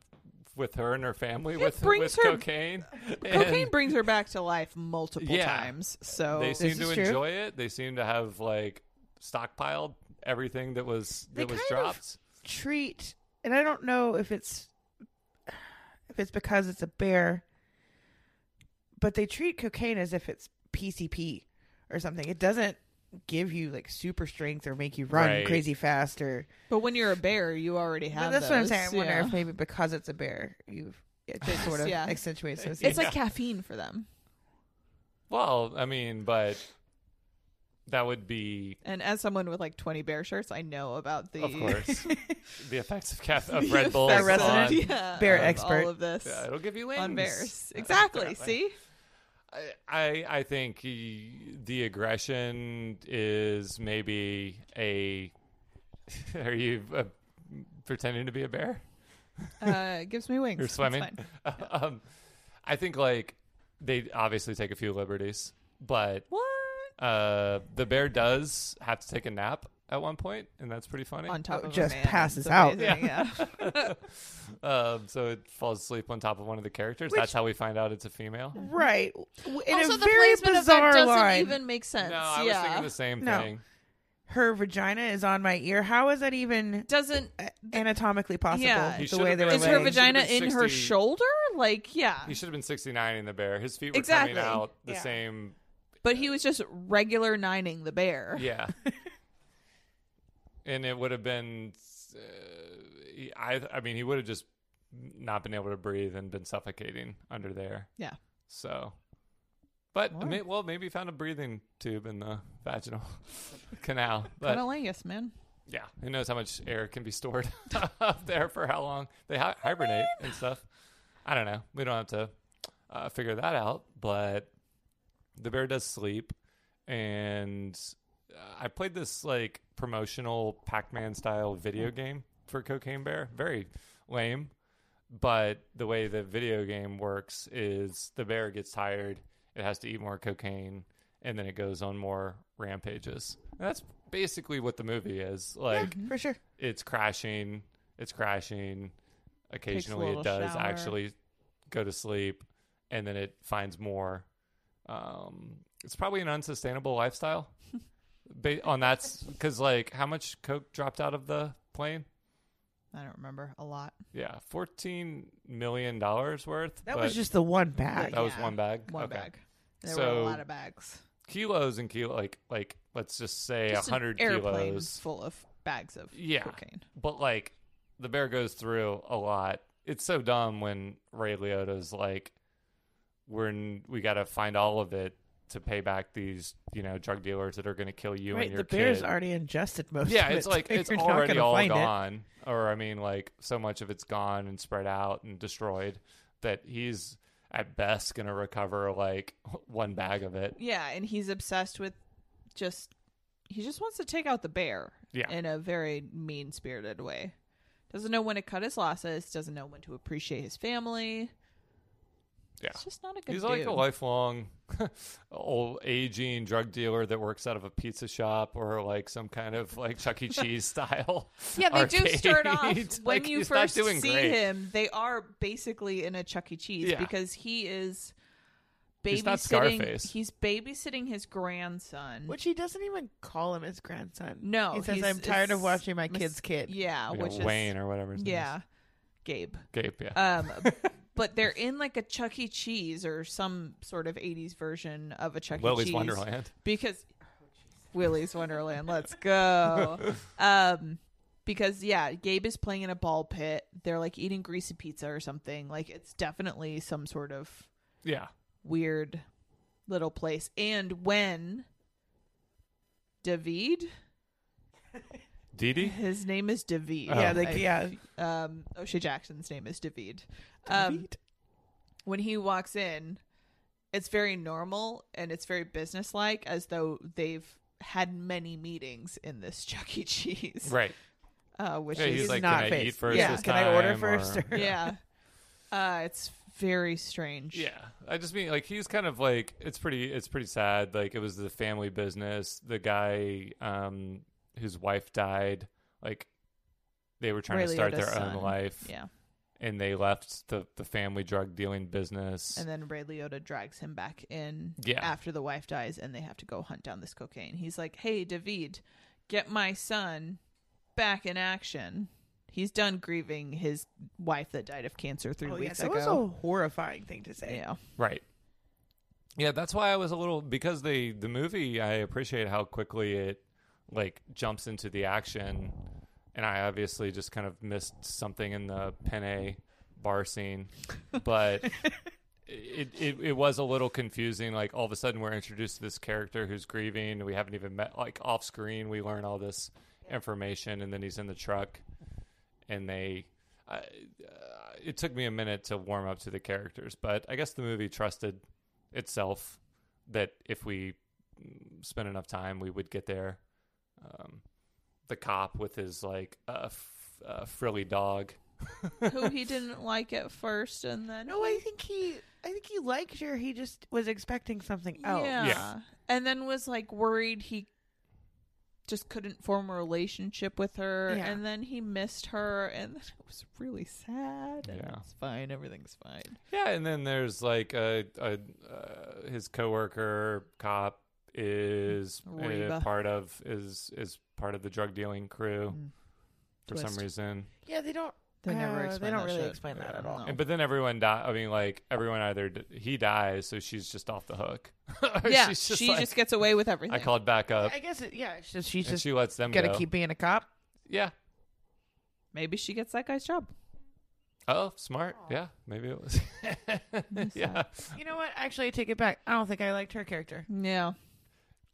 Speaker 2: with her and her family with
Speaker 3: brings
Speaker 2: with
Speaker 3: her-
Speaker 2: cocaine.
Speaker 3: Cocaine
Speaker 2: And
Speaker 3: brings her back to life multiple
Speaker 2: Yeah.
Speaker 3: times. So
Speaker 2: they seem
Speaker 1: This
Speaker 2: to
Speaker 1: is true.
Speaker 2: enjoy it. They seem to have like stockpiled everything that was
Speaker 1: They
Speaker 2: that was
Speaker 1: kind of-
Speaker 2: dropped.
Speaker 1: treat and I don't know if it's if it's because it's a bear, but they treat cocaine as if it's PCP or something. It doesn't give you like super strength or make you run
Speaker 2: Right.
Speaker 1: crazy fast or
Speaker 3: but when you're a bear, you already
Speaker 1: but
Speaker 3: have.
Speaker 1: that's what I'm saying. I
Speaker 3: those.
Speaker 1: wonder
Speaker 3: Yeah.
Speaker 1: if maybe because it's a bear you've it just sort of
Speaker 3: Yeah.
Speaker 1: accentuates those
Speaker 3: it's
Speaker 1: things.
Speaker 3: like caffeine for them,
Speaker 2: Well, I mean, but that would be
Speaker 3: and as someone with like 20 bear shirts, I know about the
Speaker 2: Of course. the effects of, caff- of Red Bull.
Speaker 1: effects
Speaker 2: on-
Speaker 1: A resident
Speaker 3: yeah,
Speaker 1: bear
Speaker 3: of
Speaker 1: expert.
Speaker 3: All of this
Speaker 2: Yeah, it'll give you wings.
Speaker 3: on bears, exactly. See,
Speaker 2: I, I, I think he- the aggression is maybe a. Are you uh, pretending to be a bear?
Speaker 3: uh, it gives me wings.
Speaker 2: You're
Speaker 3: It's
Speaker 2: swimming.
Speaker 3: fine.
Speaker 2: um, I think like they obviously take a few liberties, but
Speaker 3: What
Speaker 2: uh, the bear does have to take a nap at one point, and that's pretty funny.
Speaker 3: on top
Speaker 1: Oh,
Speaker 3: of a
Speaker 1: just
Speaker 3: man.
Speaker 1: passes
Speaker 3: It's
Speaker 1: out.
Speaker 3: amazing, Yeah,
Speaker 2: um, so it falls asleep on top of one of the characters. that's how we find out it's a female.
Speaker 1: right. W- In
Speaker 3: also
Speaker 1: a
Speaker 3: the
Speaker 1: very
Speaker 3: placement of that
Speaker 1: bizarre
Speaker 3: doesn't
Speaker 1: line.
Speaker 3: even make sense.
Speaker 2: No, I was
Speaker 3: yeah,
Speaker 2: thinking the same
Speaker 1: No.
Speaker 2: thing.
Speaker 1: Her vagina is on my ear. How is that even
Speaker 3: doesn't
Speaker 1: anatomically possible
Speaker 3: Yeah.
Speaker 2: You
Speaker 1: the way
Speaker 2: should've
Speaker 1: they
Speaker 2: been-
Speaker 1: were
Speaker 3: is
Speaker 2: Well,
Speaker 3: her
Speaker 2: he
Speaker 1: laying?
Speaker 2: should've
Speaker 3: vagina
Speaker 2: been
Speaker 3: in her
Speaker 2: 60.
Speaker 3: shoulder? Like, yeah,
Speaker 2: He should have been 69 in the bear. His feet were
Speaker 3: Exactly.
Speaker 2: coming out the
Speaker 1: Yeah.
Speaker 2: same.
Speaker 3: but he was just regular nining the bear.
Speaker 2: Yeah. and it would have been. Uh, he- I I mean, he would have just not been able to breathe and been suffocating under there.
Speaker 3: Yeah.
Speaker 2: So. But
Speaker 3: Wow.
Speaker 2: may, well, maybe he found a breathing tube in the vaginal canal. But
Speaker 3: Cunnilingus, man.
Speaker 2: yeah, who knows how much air can be stored up there for how long they hi- hibernate and stuff. I don't know. We don't have to uh, figure that out, but the bear does sleep, and uh, I played this like promotional Pac-Man style video game for Cocaine Bear. Very lame, but the way the video game works is the bear gets tired, it has to eat more cocaine, and then it goes on more rampages. And that's basically what the movie is like
Speaker 1: For sure.
Speaker 2: it's crashing. It's crashing. Occasionally,
Speaker 3: little
Speaker 2: it does
Speaker 3: shower.
Speaker 2: actually go to sleep, and then it finds more. Um, it's probably an unsustainable lifestyle. ba- on that's because, like, how much coke dropped out of the plane?
Speaker 3: I don't remember a lot.
Speaker 2: Yeah, fourteen million dollars worth.
Speaker 1: That was
Speaker 2: but
Speaker 1: just the one bag.
Speaker 2: that was
Speaker 3: yeah,
Speaker 2: one bag.
Speaker 3: One
Speaker 2: Okay.
Speaker 3: bag. There were
Speaker 2: So-
Speaker 3: a lot of bags.
Speaker 2: Kilos and kilo, like, like let's just say a
Speaker 3: Just an
Speaker 2: hundred
Speaker 3: airplane
Speaker 2: kilos.
Speaker 3: full of bags of
Speaker 2: Yeah.
Speaker 3: cocaine.
Speaker 2: But like the bear goes through a lot. It's so dumb when Ray Liotta's like, "We're n- we got to find all of it to pay back these you know drug dealers that are going to kill you
Speaker 1: Right,
Speaker 2: and your
Speaker 1: the bears
Speaker 2: kid."
Speaker 1: already ingested most.
Speaker 2: yeah,
Speaker 1: of it,
Speaker 2: it's like it's
Speaker 1: you're not
Speaker 2: already
Speaker 1: gonna
Speaker 2: all
Speaker 1: find it.
Speaker 2: gone, or I mean, like so much of it's gone and spread out and destroyed that he's at best going to recover like one bag of it.
Speaker 3: Yeah, and he's obsessed with just he just wants to take out the bear
Speaker 2: Yeah.
Speaker 3: in a very mean spirited way. Doesn't know when to cut his losses, doesn't know when to appreciate his family.
Speaker 2: Yeah.
Speaker 3: It's just not a good
Speaker 2: He's
Speaker 3: dude.
Speaker 2: like a lifelong old aging drug dealer that works out of a pizza shop or like some kind of like Chuck E. Cheese style.
Speaker 3: yeah, they do start off
Speaker 2: arcade.
Speaker 3: when
Speaker 2: Like,
Speaker 3: you
Speaker 2: he's not
Speaker 3: first
Speaker 2: doing
Speaker 3: see
Speaker 2: great.
Speaker 3: him, they are basically in a Chuck E. Cheese
Speaker 2: Yeah.
Speaker 3: because he is babysitting
Speaker 2: He's not Scarface.
Speaker 3: he's babysitting his grandson.
Speaker 1: Which he doesn't even call him his grandson.
Speaker 3: no,
Speaker 1: he says,
Speaker 3: he's-
Speaker 1: "I'm tired of
Speaker 3: it's
Speaker 1: watching my
Speaker 3: mis-
Speaker 1: kid's kid."
Speaker 3: Yeah,
Speaker 2: Like a
Speaker 3: which is
Speaker 2: Wayne or whatever. His
Speaker 3: yeah, Gabe.
Speaker 2: name is. Gabe. Yeah,
Speaker 3: Um, but they're in like a Chuck E. Cheese or some sort of '80s version of a Chuck E.
Speaker 2: Willy's
Speaker 3: Cheese
Speaker 2: Wonderland.
Speaker 3: because Willy's Wonderland. Let's go. Um, because yeah, Gabe is playing in a ball pit. They're like eating greasy pizza or something. Like it's definitely some sort of
Speaker 2: Yeah,
Speaker 3: weird little place. And when David,
Speaker 2: Didi.
Speaker 3: his name is David.
Speaker 2: Oh,
Speaker 1: yeah, like,
Speaker 3: I-
Speaker 1: yeah.
Speaker 3: um, O'Shea Jackson's name is David. Um, when he walks in, it's very normal and it's very businesslike, as though they've had many meetings in this Chuck E. Cheese,
Speaker 2: Right.
Speaker 3: uh, which
Speaker 2: Yeah,
Speaker 3: is
Speaker 2: he's like,
Speaker 1: not
Speaker 2: can I
Speaker 1: face-
Speaker 2: eat first
Speaker 1: yeah,
Speaker 2: this
Speaker 1: can I order
Speaker 2: time?" Or-
Speaker 1: first?
Speaker 3: yeah, uh, it's very strange.
Speaker 2: Yeah, I just mean like he's kind of like it's pretty it's pretty sad. Like it was the family business. The guy um whose wife died. Like they were trying
Speaker 3: Ray
Speaker 2: to start
Speaker 3: Liotta's
Speaker 2: their
Speaker 3: son.
Speaker 2: own life,
Speaker 3: Yeah.
Speaker 2: and they left the the family drug dealing business.
Speaker 3: And then Ray Liotta drags him back in
Speaker 2: Yeah.
Speaker 3: after the wife dies and they have to go hunt down this cocaine. He's like, Hey, David, get my son back in action. He's done grieving his wife that died of cancer three
Speaker 6: Oh,
Speaker 3: weeks
Speaker 6: yes, it
Speaker 3: ago.
Speaker 6: was a horrifying thing to say.
Speaker 3: yeah.
Speaker 2: Right. Yeah, that's why I was a little because the the movie I appreciate how quickly it like jumps into the action and I obviously just kind of missed something in the penne bar scene. But it, it it was a little confusing like all of a sudden we're introduced to this character who's grieving, we haven't even met like off screen we learn all this information and then he's in the truck and they I, uh, it took me a minute to warm up to the characters, but I guess the movie trusted itself that if we mm, spent enough time, we would get there. Um, the cop with his like uh, f- uh, frilly dog.
Speaker 3: Who he didn't like at first and then
Speaker 1: No, I think he. I think he liked her. He just was expecting something else.
Speaker 3: Yeah.
Speaker 2: Yeah.
Speaker 3: And then was like worried he just couldn't form a relationship with her.
Speaker 1: Yeah.
Speaker 3: And then he missed her. And then it was really sad. And
Speaker 2: Yeah.
Speaker 3: it's fine. Everything's fine.
Speaker 2: Yeah, and then there's like a, a uh, his coworker cop is uh,
Speaker 3: Reba.
Speaker 2: part of is is part of the drug dealing crew for
Speaker 3: Mm. Twist.
Speaker 2: some reason.
Speaker 1: Yeah, they don't.
Speaker 3: They never
Speaker 1: uh,
Speaker 3: explain
Speaker 1: They don't
Speaker 3: that
Speaker 1: really
Speaker 3: shit.
Speaker 1: explain that at all.
Speaker 3: No.
Speaker 2: And, but then everyone die. I mean, like everyone either d- he dies, so she's just off the hook. Or
Speaker 3: yeah.
Speaker 2: she's just
Speaker 3: she
Speaker 2: like,
Speaker 3: just gets away with everything.
Speaker 2: I called back up,
Speaker 1: I guess it. Yeah, it's just, she's
Speaker 2: and
Speaker 1: just
Speaker 2: she lets them
Speaker 1: gotta
Speaker 2: go.
Speaker 1: keep being a cop.
Speaker 2: yeah.
Speaker 3: Maybe she gets that guy's job.
Speaker 2: Oh, smart. Yeah, maybe it was. yeah,
Speaker 1: You know what? Actually, I take it back. I don't think I liked her character.
Speaker 3: Yeah.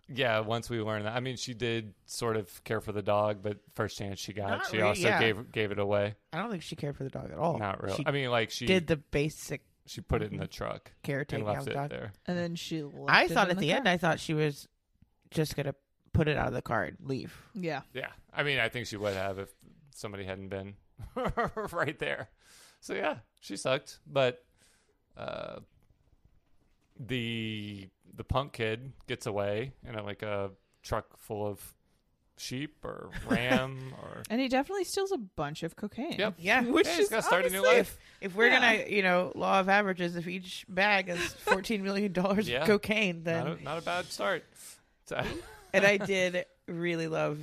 Speaker 2: yeah. Once we learned that, I mean, she did sort of care for the dog, but first chance she got,
Speaker 1: Not
Speaker 2: she
Speaker 1: really,
Speaker 2: also
Speaker 1: yeah.
Speaker 2: gave gave it away.
Speaker 1: I don't think she cared for the dog at all.
Speaker 2: Not really.
Speaker 1: She
Speaker 2: I mean, like she
Speaker 1: did the basic
Speaker 2: she put it in the truck and
Speaker 1: caretaking of
Speaker 2: left
Speaker 1: the
Speaker 2: it
Speaker 1: dog.
Speaker 2: there.
Speaker 3: And then she. Left
Speaker 1: I
Speaker 3: it
Speaker 1: thought
Speaker 3: in
Speaker 1: at the, end,
Speaker 3: car.
Speaker 1: I thought she was just gonna put it out of the car and leave.
Speaker 3: Yeah.
Speaker 2: Yeah, I mean, I think she would have if somebody hadn't been right there. So yeah, she sucked. But uh, the the punk kid gets away in a, like a truck full of sheep or ram or
Speaker 3: And he definitely steals a bunch of cocaine.
Speaker 2: yep.
Speaker 1: Yeah,
Speaker 3: Which
Speaker 2: Yeah,
Speaker 3: is
Speaker 2: he's got to start a new
Speaker 3: honestly-
Speaker 2: life.
Speaker 1: If we're gonna, you know, law of averages, if each bag is fourteen million dollars
Speaker 2: Yeah.
Speaker 1: of cocaine, then
Speaker 2: Not a, not a bad start. So-
Speaker 1: and I did really love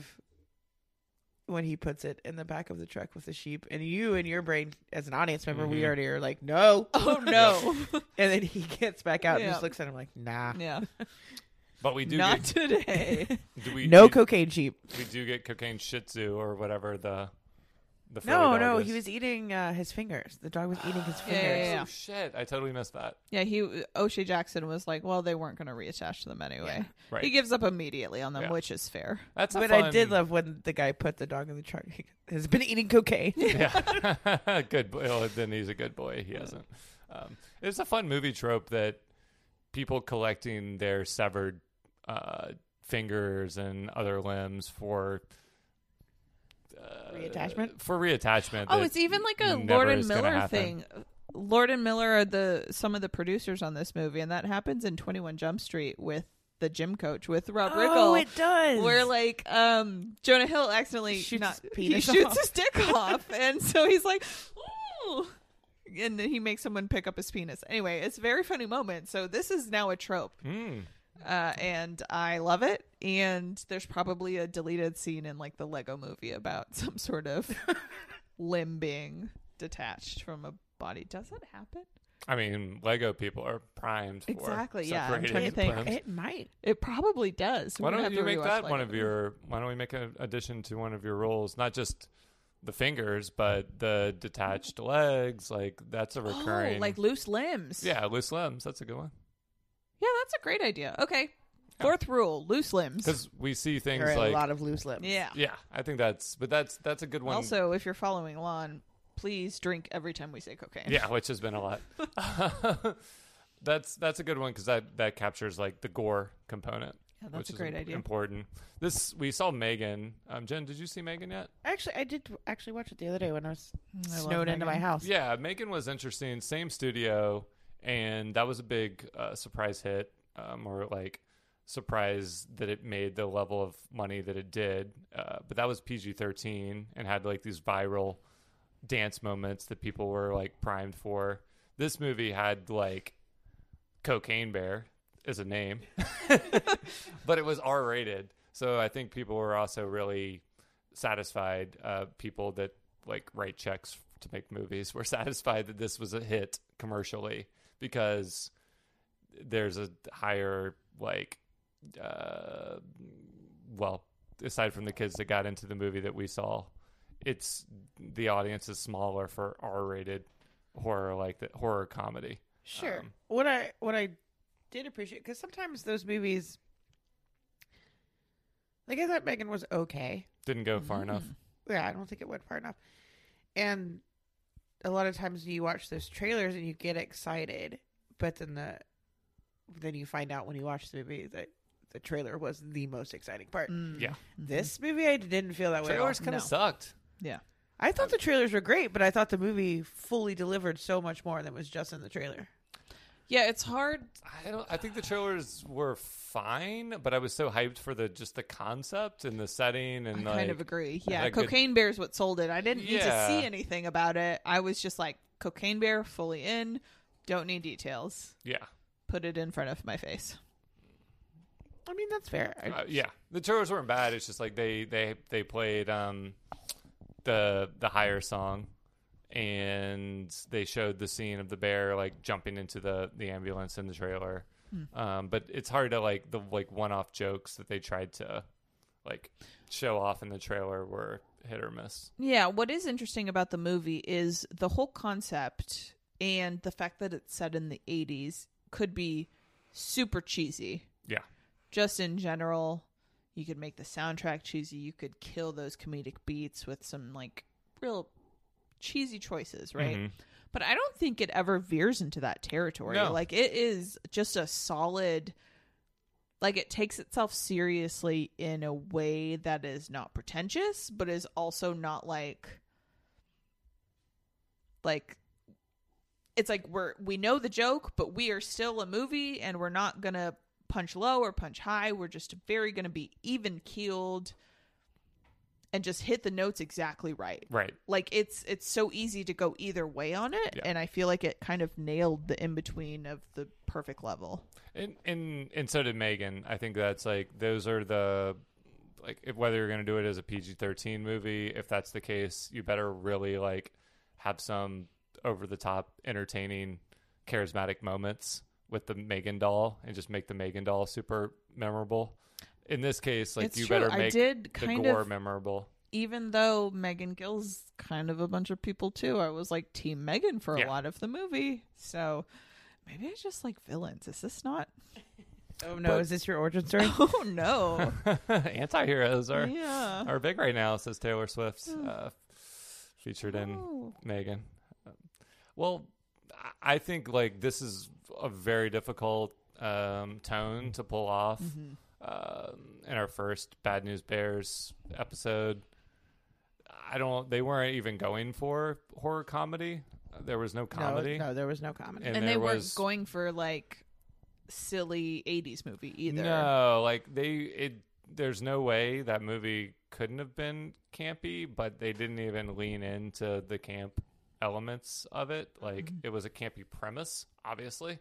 Speaker 1: when he puts it in the back of the truck with the sheep, and you in your brain as an audience member,
Speaker 2: Mm-hmm.
Speaker 1: we already are like, no,
Speaker 3: Oh, no.
Speaker 1: and then he gets back out and
Speaker 3: Yeah.
Speaker 1: just looks at him like, nah,
Speaker 3: yeah.
Speaker 2: but we do
Speaker 3: Not
Speaker 2: get,
Speaker 3: today.
Speaker 2: do we,
Speaker 1: no
Speaker 2: we,
Speaker 1: cocaine sheep.
Speaker 2: we do get cocaine Shih Tzu or whatever the the furry
Speaker 1: No,
Speaker 2: dog
Speaker 1: no,
Speaker 2: is.
Speaker 1: he was eating uh, his fingers. The dog was eating his
Speaker 3: Yeah, yeah,
Speaker 1: fingers.
Speaker 2: oh
Speaker 3: yeah.
Speaker 2: shit! I totally missed that.
Speaker 3: Yeah, he O'Shea Jackson was like, well, they weren't going to reattach them anyway.
Speaker 2: right.
Speaker 3: He gives up immediately on them,
Speaker 2: Yeah.
Speaker 3: which is fair.
Speaker 2: That's a
Speaker 1: But I
Speaker 2: fun-
Speaker 1: did love when the guy put the dog in the truck. Has been eating cocaine.
Speaker 2: Yeah, good boy. Well, then he's a good boy. He hasn't. Um, it's a fun movie trope that people collecting their severed uh, fingers and other limbs for uh,
Speaker 1: Reattachment.
Speaker 2: for reattachment.
Speaker 3: Oh,
Speaker 2: that
Speaker 3: it's even like a
Speaker 2: never
Speaker 3: Lord and
Speaker 2: is gonna
Speaker 3: Miller
Speaker 2: happen.
Speaker 3: thing. Lord and Miller are the some of the producers on this movie, and that happens in Twenty One Jump Street with the gym coach with Rob
Speaker 1: Oh,
Speaker 3: Riggle.
Speaker 1: it does.
Speaker 3: Where like um Jonah Hill accidentally
Speaker 1: Shoots
Speaker 3: not,
Speaker 1: his
Speaker 3: he
Speaker 1: penis
Speaker 3: shoots
Speaker 1: off.
Speaker 3: his dick off, and so he's like, ooh. And then he makes someone pick up his penis. Anyway, it's a very funny moment. So this is now a trope,
Speaker 2: Hmm.
Speaker 3: uh, and I love it. And there's probably a deleted scene in like the Lego Movie about some sort of limb being detached from a body. Does that happen?
Speaker 2: I mean, Lego people are primed for
Speaker 3: Exactly, yeah, I'm
Speaker 2: separated
Speaker 3: trying to think.
Speaker 2: limbs.
Speaker 1: It might.
Speaker 3: It probably does.
Speaker 2: Why
Speaker 3: We're gonna
Speaker 2: don't
Speaker 3: have
Speaker 2: you
Speaker 3: to
Speaker 2: make
Speaker 3: rewatch
Speaker 2: that
Speaker 3: Lego
Speaker 2: one of
Speaker 3: Movie.
Speaker 2: your? Why don't we make an addition to one of your roles? Not just the fingers, but the detached legs. Like that's a recurring.
Speaker 3: Mm-hmm. oh, like loose limbs.
Speaker 2: yeah, loose limbs. That's a good one.
Speaker 3: Yeah, that's a great idea. Okay. Fourth rule, loose limbs.
Speaker 2: because we see things
Speaker 1: There are
Speaker 2: like
Speaker 1: a lot of loose lips.
Speaker 3: Yeah.
Speaker 2: yeah i think that's but that's that's a good one
Speaker 3: Also, if you're following Lon, please drink every time we say cocaine.
Speaker 2: yeah which has been a lot that's that's a good one because that that captures like the gore component
Speaker 3: Yeah, that's
Speaker 2: which
Speaker 3: a great
Speaker 2: is im-
Speaker 3: idea.
Speaker 2: Important. This we saw Megan. Um, Jen, did you see Megan yet?
Speaker 1: Actually, I did actually watch it the other day when I was
Speaker 3: I love
Speaker 1: snowed into my
Speaker 3: Megan.
Speaker 1: house.
Speaker 2: Yeah, Megan was interesting. Same studio, and that was a big uh, surprise hit, um, or like surprise that it made the level of money that it did. Uh, but that was PG thirteen and had like these viral dance moments that people were like primed for. This movie had like Cocaine Bear is a name, but it was R rated. So I think people were also really satisfied. Uh, people that like write checks to make movies were satisfied that this was a hit commercially because there's a higher like uh, well aside from the kids that got into the movie that we saw it's the audience is smaller for r-rated horror like the horror comedy
Speaker 1: Sure.
Speaker 2: Um,
Speaker 1: what I what I did appreciate because sometimes those movies, like I thought Megan was okay.
Speaker 2: didn't go
Speaker 3: Mm.
Speaker 2: far enough
Speaker 1: Yeah, I don't think it went far enough. And a lot of times you watch those trailers and you get excited, but then the then you find out when you watch the movie that the trailer was the most exciting part.
Speaker 3: Mm.
Speaker 2: yeah
Speaker 1: This movie I didn't feel that way. at all.
Speaker 2: Mm-hmm. trailers kind of
Speaker 3: Oh, No.
Speaker 2: sucked
Speaker 3: Yeah.
Speaker 1: I thought the trailers were great, but I thought the movie fully delivered so much more than was just in the trailer.
Speaker 3: Yeah, it's hard.
Speaker 2: I don't. I think the trailers were fine, but I was so hyped for the just the concept and the setting and
Speaker 3: I
Speaker 2: like,
Speaker 3: kind of agree. Yeah,
Speaker 2: like a-
Speaker 3: Cocaine Bear's what sold it. I didn't need to
Speaker 2: Yeah.
Speaker 3: see anything about it. I was just like, Cocaine Bear, fully in. Don't need details.
Speaker 2: Yeah,
Speaker 3: Put it in front of my face.
Speaker 1: I mean, that's fair. I-
Speaker 2: Uh, yeah. The trailers weren't bad. It's just like they they they played um the the higher song, and they showed the scene of the bear like jumping into the the ambulance in the trailer. Um, but it's hard to like the like one off jokes that they tried to like show off in the trailer were hit or miss.
Speaker 3: Yeah, what is interesting about the movie is the whole concept and the fact that it's set in the 80s could be super cheesy.
Speaker 2: Yeah.
Speaker 3: Just in general, you could make the soundtrack cheesy, you could kill those comedic beats with some like real cheesy choices, right? But I don't think it ever veers into that territory.
Speaker 2: No.
Speaker 3: Like it is just a solid like it takes itself seriously in a way that is not pretentious but is also not like like it's like we're we know the joke but we are still a movie and we're not gonna punch low or punch high we're just very gonna be even keeled and just hit the notes exactly right
Speaker 2: Right.
Speaker 3: like it's it's so easy to go either way on it
Speaker 2: Yeah.
Speaker 3: and i feel like it kind of nailed the in between of the perfect level
Speaker 2: and and and so did Megan. I think that's like those are the like if, whether you're going to do it as a PG thirteen movie, if that's the case, you better really like have some over the top, entertaining, charismatic moments with the Megan doll, and just make the Megan doll super memorable. In this case, like
Speaker 3: It's
Speaker 2: you
Speaker 3: true.
Speaker 2: better
Speaker 3: I
Speaker 2: make
Speaker 3: did
Speaker 2: the
Speaker 3: kind
Speaker 2: gore
Speaker 3: of-
Speaker 2: memorable.
Speaker 3: even though Megan Gill's kind of a bunch of people too, I was like Team Megan for a
Speaker 2: Yeah.
Speaker 3: lot of the movie. So maybe I just like villains. Is this not?
Speaker 1: oh no, is this your origin story?
Speaker 3: Oh no!
Speaker 2: Anti-heroes are
Speaker 3: yeah.
Speaker 2: are big right now, says Taylor Swift, uh, featured in
Speaker 3: Oh.
Speaker 2: Megan. Well, I- I think like this is a very difficult um, tone to pull off
Speaker 3: Mm-hmm.
Speaker 2: um, in our first Bad News Bears episode. I don't. They weren't even going for horror comedy. There was no comedy,
Speaker 1: No, no, there was no comedy.
Speaker 3: And they
Speaker 2: there
Speaker 3: weren't
Speaker 2: was-
Speaker 3: going for like silly '80s movie either.
Speaker 2: No, like they it there's no way that movie couldn't have been campy, but they didn't even lean into the camp elements of it. Like it was a campy premise, obviously.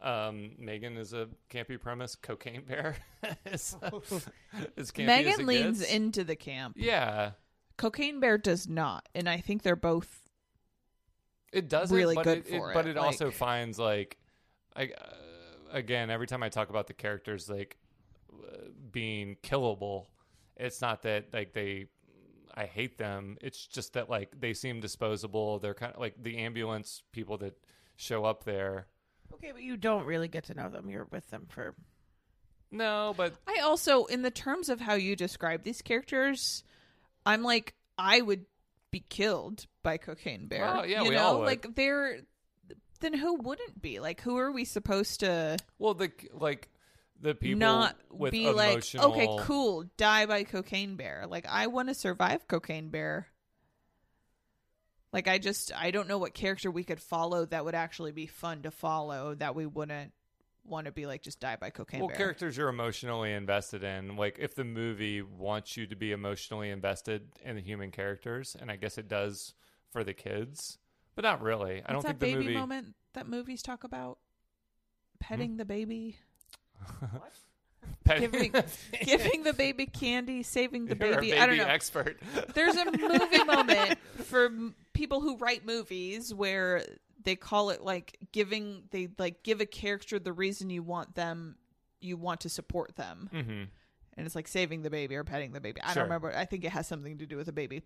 Speaker 2: Um, Megan is a campy premise. Cocaine Bear is, is campy as it
Speaker 3: Megan leans
Speaker 2: gets.
Speaker 3: into the camp.
Speaker 2: Yeah,
Speaker 3: Cocaine Bear does not, and I think they're both
Speaker 2: it doesn't.
Speaker 3: really
Speaker 2: but
Speaker 3: good
Speaker 2: it, it-
Speaker 3: for
Speaker 2: But
Speaker 3: it,
Speaker 2: it also
Speaker 3: like-
Speaker 2: finds like, I uh, again every time I talk about the characters like uh, being killable, it's not that like they. I hate them. It's just that like they seem disposable. They're kind of like the ambulance people that show up there.
Speaker 1: Okay, but you don't really get to know them. You're with them for
Speaker 2: No, but
Speaker 3: I also, in the terms of how you describe these characters, I'm like, I would be killed by Cocaine Bear.
Speaker 2: Oh, yeah,
Speaker 3: you
Speaker 2: we
Speaker 3: know,
Speaker 2: all would.
Speaker 3: like they're. Then who wouldn't be? Like, who are we supposed to?
Speaker 2: Well, the like the people
Speaker 3: not
Speaker 2: with
Speaker 3: be
Speaker 2: emotional.
Speaker 3: like, okay, cool, die by cocaine bear. Like, I want to survive cocaine bear. Like, I just, I don't know what character we could follow that would actually be fun to follow that we wouldn't want to be like, just die by cocaine
Speaker 2: Well,
Speaker 3: bear.
Speaker 2: characters you're emotionally invested in. Like, if the movie wants you to be emotionally invested in the human characters, and I guess it does for the kids, but not really. I don't
Speaker 3: What's
Speaker 2: think
Speaker 3: that
Speaker 2: the
Speaker 3: baby
Speaker 2: movie. Hmm?
Speaker 3: moment that movies talk about? Petting the baby,
Speaker 2: Petting
Speaker 3: giving giving the baby candy, saving the
Speaker 2: You're a
Speaker 3: baby. I don't know.
Speaker 2: expert.
Speaker 3: There's a movie moment for m- people who write movies where they call it like giving they like give a character the reason you want them you want to support them.
Speaker 2: mm-hmm.
Speaker 3: And it's like saving the baby or petting the baby. I
Speaker 2: Sure.
Speaker 3: don't remember. I think it has something to do with a baby.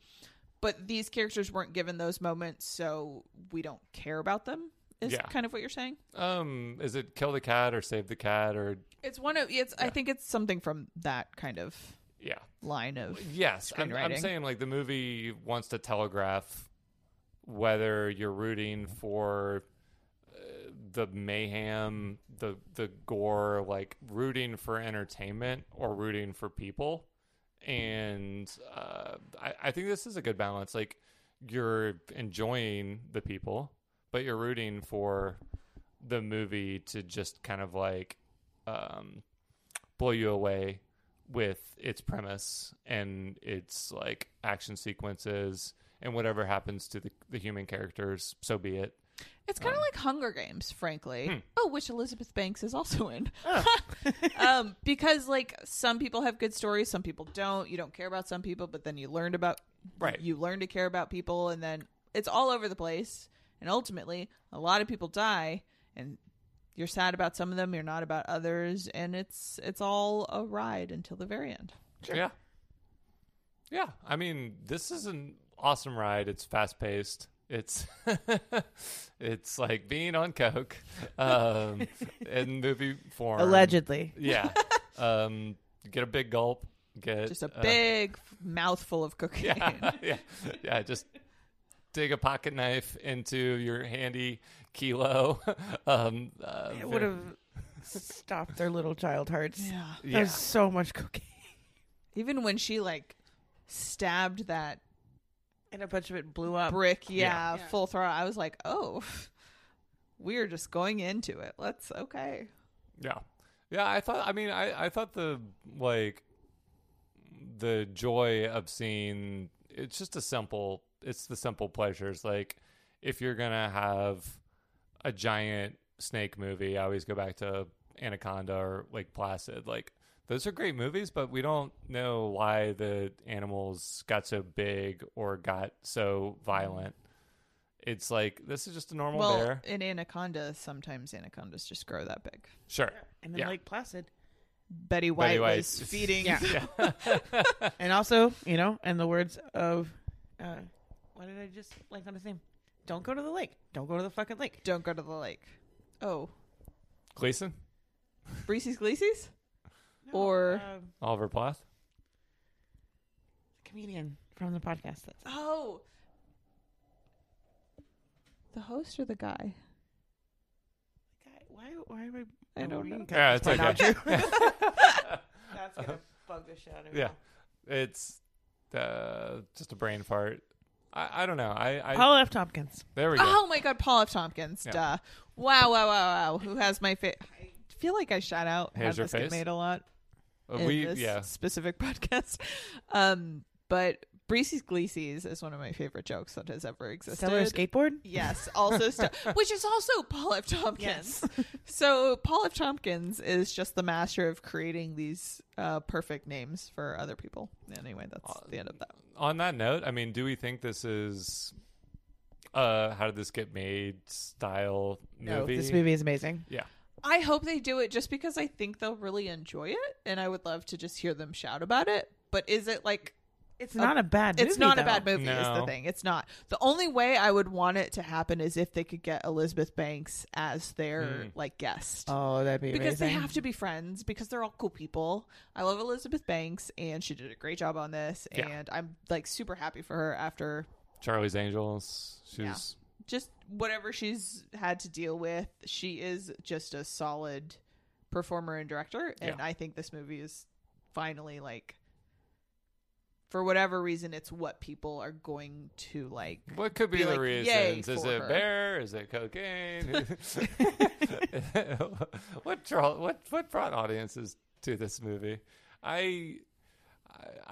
Speaker 3: But these characters weren't given those moments, so we don't care about them. Is
Speaker 2: Yeah.
Speaker 3: kind of what you're saying.
Speaker 2: Um, is it kill the cat or save the cat or
Speaker 3: It's one of it's I think it's something from that kind of
Speaker 2: yeah?
Speaker 3: line of
Speaker 2: Yes, I'm, I'm
Speaker 3: Screenwriting.
Speaker 2: saying like the movie wants to telegraph whether you're rooting for uh, the mayhem, the the gore, like rooting for entertainment or rooting for people. And uh, I, I think this is a good balance. Like you're enjoying the people, but you're rooting for the movie to just kind of like um, blow you away with its premise and its like action sequences and whatever happens to the, the human characters, so be it.
Speaker 3: It's kind of like Hunger Games, frankly.
Speaker 2: Hmm.
Speaker 3: Oh, which Elizabeth Banks is also in.
Speaker 2: Oh.
Speaker 3: um, because like some people have good stories, some people don't. You don't care about some people, but then you learned about
Speaker 2: Right.
Speaker 3: You learn to care about people, and then it's all over the place. And ultimately, a lot of people die, and you're sad about some of them. You're not about others, and it's it's all a ride until the very end.
Speaker 2: Yeah. Yeah. I mean, this is an awesome ride. It's fast paced. It's it's like being on coke um, in movie form.
Speaker 1: Allegedly.
Speaker 2: Yeah. Um, get a big gulp. Get
Speaker 3: Just a
Speaker 2: uh,
Speaker 3: big f- mouthful of cocaine.
Speaker 2: yeah, yeah, yeah. Just dig a pocket knife into your handy kilo. um, uh,
Speaker 1: It would have stopped their little child hearts.
Speaker 3: yeah.
Speaker 2: Yeah.
Speaker 1: There's so much cocaine.
Speaker 3: Even when she like stabbed that
Speaker 1: And a bunch of it blew up.
Speaker 3: brick, yeah,
Speaker 2: Um, Yeah.
Speaker 3: full throttle, I was like, oh, we're just going into it. Let's okay.
Speaker 2: Yeah. Yeah, I thought I mean I, I thought the like the joy of seeing it's just a simple it's the simple pleasures. Like if you're gonna have a giant snake movie, I always go back to Anaconda or Lake Placid. Like those are great movies, but we don't know why the animals got so big or got so violent. It's like this is just a normal
Speaker 3: Well,
Speaker 2: bear.
Speaker 3: in anaconda, sometimes anacondas just grow that big.
Speaker 2: Sure.
Speaker 1: And then
Speaker 2: Yeah.
Speaker 1: Lake Placid.
Speaker 3: Betty White,
Speaker 2: White.
Speaker 3: was feeding.
Speaker 1: Yeah. and also, you know, in the words of, uh, what did I just like on his name? Don't go to the lake. Don't go to the fucking lake.
Speaker 3: Don't go to the lake. Oh,
Speaker 2: Gleason?
Speaker 3: Reese's Gleeseys? Or
Speaker 1: Uh,
Speaker 2: Oliver Plath?
Speaker 1: comedian from the podcast. That's
Speaker 3: oh, the host or the guy?
Speaker 1: guy. Why? Why am I?
Speaker 3: I don't
Speaker 1: we
Speaker 3: know.
Speaker 1: can cut
Speaker 2: Yeah,
Speaker 1: this
Speaker 2: it's
Speaker 1: part out.
Speaker 2: Oh, okay.
Speaker 1: That's gonna bug the shit out of me.
Speaker 2: yeah, it's uh, just a brain fart. I, I don't know. I, I
Speaker 1: Paul F. Tompkins.
Speaker 2: there we go.
Speaker 3: Oh my God, Paul F. Tompkins.
Speaker 2: Yeah.
Speaker 3: Duh. Wow, wow, wow, wow. Who has my face? I feel like I shout out.
Speaker 2: Here's
Speaker 3: how
Speaker 2: your
Speaker 3: this get
Speaker 2: face.
Speaker 3: made a lot
Speaker 2: Uh,
Speaker 3: in
Speaker 2: we
Speaker 3: this
Speaker 2: yeah.
Speaker 3: specific podcast. Um, but Breezy's Gleesies is one of my favorite jokes that has ever existed.
Speaker 1: Stellar skateboard.
Speaker 3: Yes, also st- which is also Paul F. Tompkins. so Paul F. Tompkins is just the master of creating these uh, perfect names for other people. Anyway, that's
Speaker 2: Uh,
Speaker 3: the end of that.
Speaker 2: On that note, I mean, do we think this is uh how did this get made style
Speaker 1: No,
Speaker 2: movie?
Speaker 1: this movie is amazing.
Speaker 2: Yeah.
Speaker 3: I hope they do it just because I think they'll really enjoy it, and I would love to just hear them shout about it. But is it like
Speaker 1: Oh, It's not a bad. movie,
Speaker 3: it's not a
Speaker 1: though.
Speaker 3: bad movie? Is the
Speaker 2: No.
Speaker 3: thing? It's not. The only way I would want it to happen is if they could get Elizabeth Banks as their
Speaker 2: Hmm.
Speaker 3: like guest.
Speaker 1: Oh, that'd be
Speaker 3: because they
Speaker 1: amazing.
Speaker 3: have to be friends because they're all cool people. I love Elizabeth Banks and she did a great job on this
Speaker 2: Yeah.
Speaker 3: and I'm like super happy for her after
Speaker 2: Charlie's Angels. She's
Speaker 3: just whatever she's had to deal with. She is just a solid performer and director, and
Speaker 2: Yeah.
Speaker 3: I think this movie is finally like, for whatever reason, it's what people are going to like.
Speaker 2: What could be,
Speaker 3: Be
Speaker 2: the
Speaker 3: like, "Yay"
Speaker 2: reasons? Is
Speaker 3: for
Speaker 2: it
Speaker 3: her.
Speaker 2: bear? Is it cocaine? what draw? What what brought audiences to this movie? I I-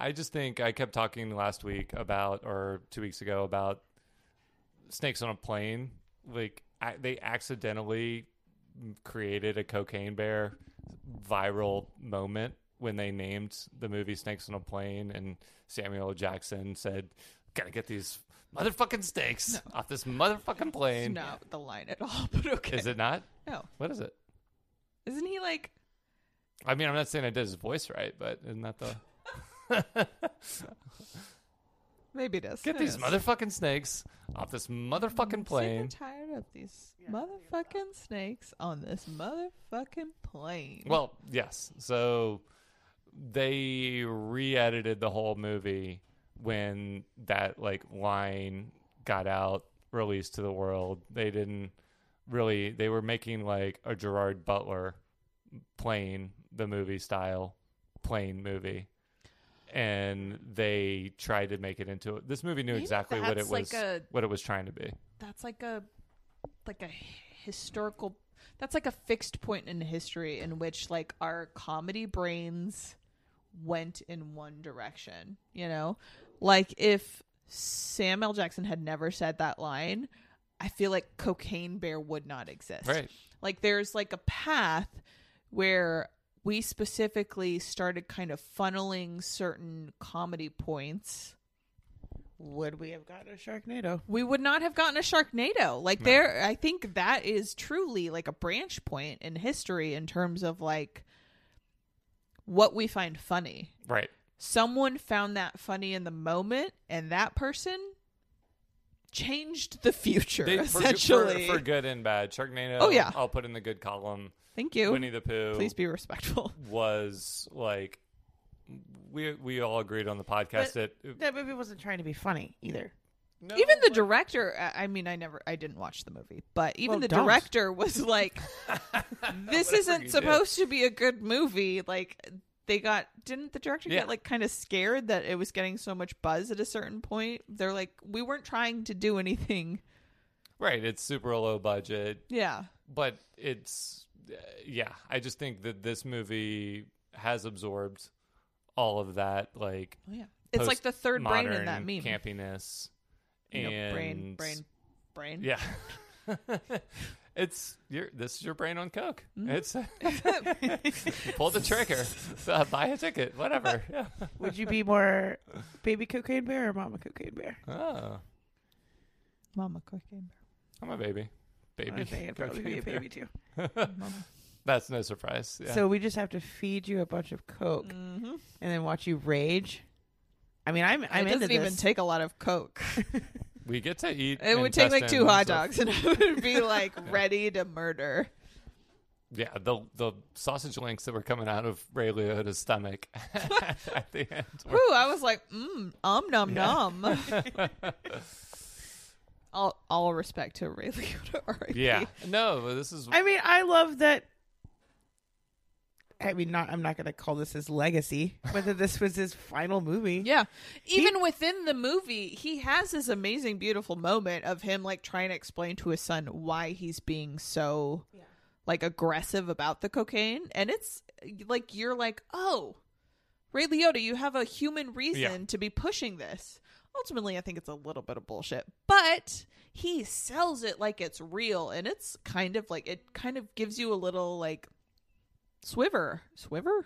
Speaker 2: I just think I kept talking last week about or two weeks ago about snakes on a plane. Like I, they accidentally created a cocaine bear viral moment when they named the movie Snakes on a Plane, and Samuel L. Jackson said, "Gotta get these motherfucking snakes off this motherfucking
Speaker 3: It's
Speaker 2: plane."
Speaker 3: not the line at all, but okay.
Speaker 2: Is it not?
Speaker 3: No,
Speaker 2: What is it?
Speaker 3: isn't he like?
Speaker 2: I mean, I'm not saying I did his voice right, but isn't that the
Speaker 3: Maybe it is.
Speaker 2: get
Speaker 3: Who
Speaker 2: these
Speaker 3: knows?
Speaker 2: motherfucking snakes off this motherfucking plane?
Speaker 3: Super tired of these motherfucking snakes on this motherfucking plane.
Speaker 2: Well, yes. So they re-edited the whole movie when that like line got out released to the world. They didn't really they were making like a Gerard Butler plane the movie style plane movie. And they tried to make it into it. This movie knew
Speaker 3: Maybe
Speaker 2: exactly what it
Speaker 3: that's like
Speaker 2: was
Speaker 3: a-
Speaker 2: what it was trying to be.
Speaker 3: that's like a like a historical that's like a fixed point in history in which like our comedy brains went in one direction you know like if sam l jackson had never said that line i feel like cocaine bear would not exist
Speaker 2: Right.
Speaker 3: like there's like a path where we specifically started kind of funneling certain comedy points
Speaker 6: Would we have gotten a Sharknado?
Speaker 3: we would not have gotten a Sharknado. Like there, I think that is truly like a branch point in history in terms of like what we find funny.
Speaker 2: Right.
Speaker 3: Someone found that funny in the moment, and that person changed the future
Speaker 2: They- for good- for-
Speaker 3: essentially.
Speaker 2: for, good and bad. Sharknado.
Speaker 3: Oh, yeah.
Speaker 2: I'll put in the good column.
Speaker 3: Thank you.
Speaker 2: Winnie the Pooh.
Speaker 3: Please be respectful.
Speaker 2: was like we we all agreed on the podcast that
Speaker 6: That movie wasn't trying to be funny either.
Speaker 3: even the director I, I mean i never i didn't watch the movie but even
Speaker 6: Well,
Speaker 3: the
Speaker 6: don't.
Speaker 3: director was like this
Speaker 2: you
Speaker 3: isn't
Speaker 2: did.
Speaker 3: supposed to be a good movie like they got didn't the director
Speaker 2: Yeah.
Speaker 3: get like kind of scared that it was getting so much buzz at a certain point they're like we weren't trying to do anything
Speaker 2: right it's super low budget
Speaker 3: yeah
Speaker 2: but it's uh, yeah i just think that this movie has absorbed all of that like
Speaker 3: yeah it's like the third brain in that
Speaker 2: postmodern
Speaker 3: meme
Speaker 2: campiness
Speaker 3: You know,
Speaker 2: and
Speaker 3: brain brain brain
Speaker 2: yeah it's your this is your brain on coke
Speaker 3: Mm-hmm.
Speaker 2: it's pull the trigger Uh, buy a ticket whatever yeah.
Speaker 6: Would you be more baby cocaine bear or mama cocaine bear?
Speaker 2: oh
Speaker 3: mama cooking
Speaker 2: i'm a baby
Speaker 6: I
Speaker 2: baby
Speaker 6: think it'd probably be a baby too.
Speaker 2: That's no surprise. Yeah.
Speaker 6: So we just have to feed you a bunch of
Speaker 3: Mm.
Speaker 6: coke and then watch you rage. I mean, I'm
Speaker 3: it
Speaker 6: Mm-hmm. I'm into
Speaker 3: doesn't even
Speaker 6: this.
Speaker 3: take a lot of coke
Speaker 2: we get to eat.
Speaker 3: it would take like two
Speaker 2: intestines
Speaker 3: hot
Speaker 2: of-
Speaker 3: dogs and i would be like ready to murder
Speaker 2: yeah, the the sausage links that were coming out of Ray Liotta's stomach at the end. were-
Speaker 3: Ooh, I was like, mm, um num num. all, all respect to Ray Liotta. R.I.P.
Speaker 2: yeah, no, this is
Speaker 6: I mean, I love that. I mean, not I'm not going to call this his legacy, but that this was his final movie.
Speaker 3: Yeah. Even within the movie, he has this amazing, beautiful moment of him like trying to explain to his son why he's being so like aggressive about the cocaine. And it's like, you're like, oh, Ray Liotta, you have a human reason to be pushing this. Ultimately, I think it's a little bit of bullshit, but he sells it like it's real. And it's kind of like, it kind of gives you a little like, Swiver, swiver,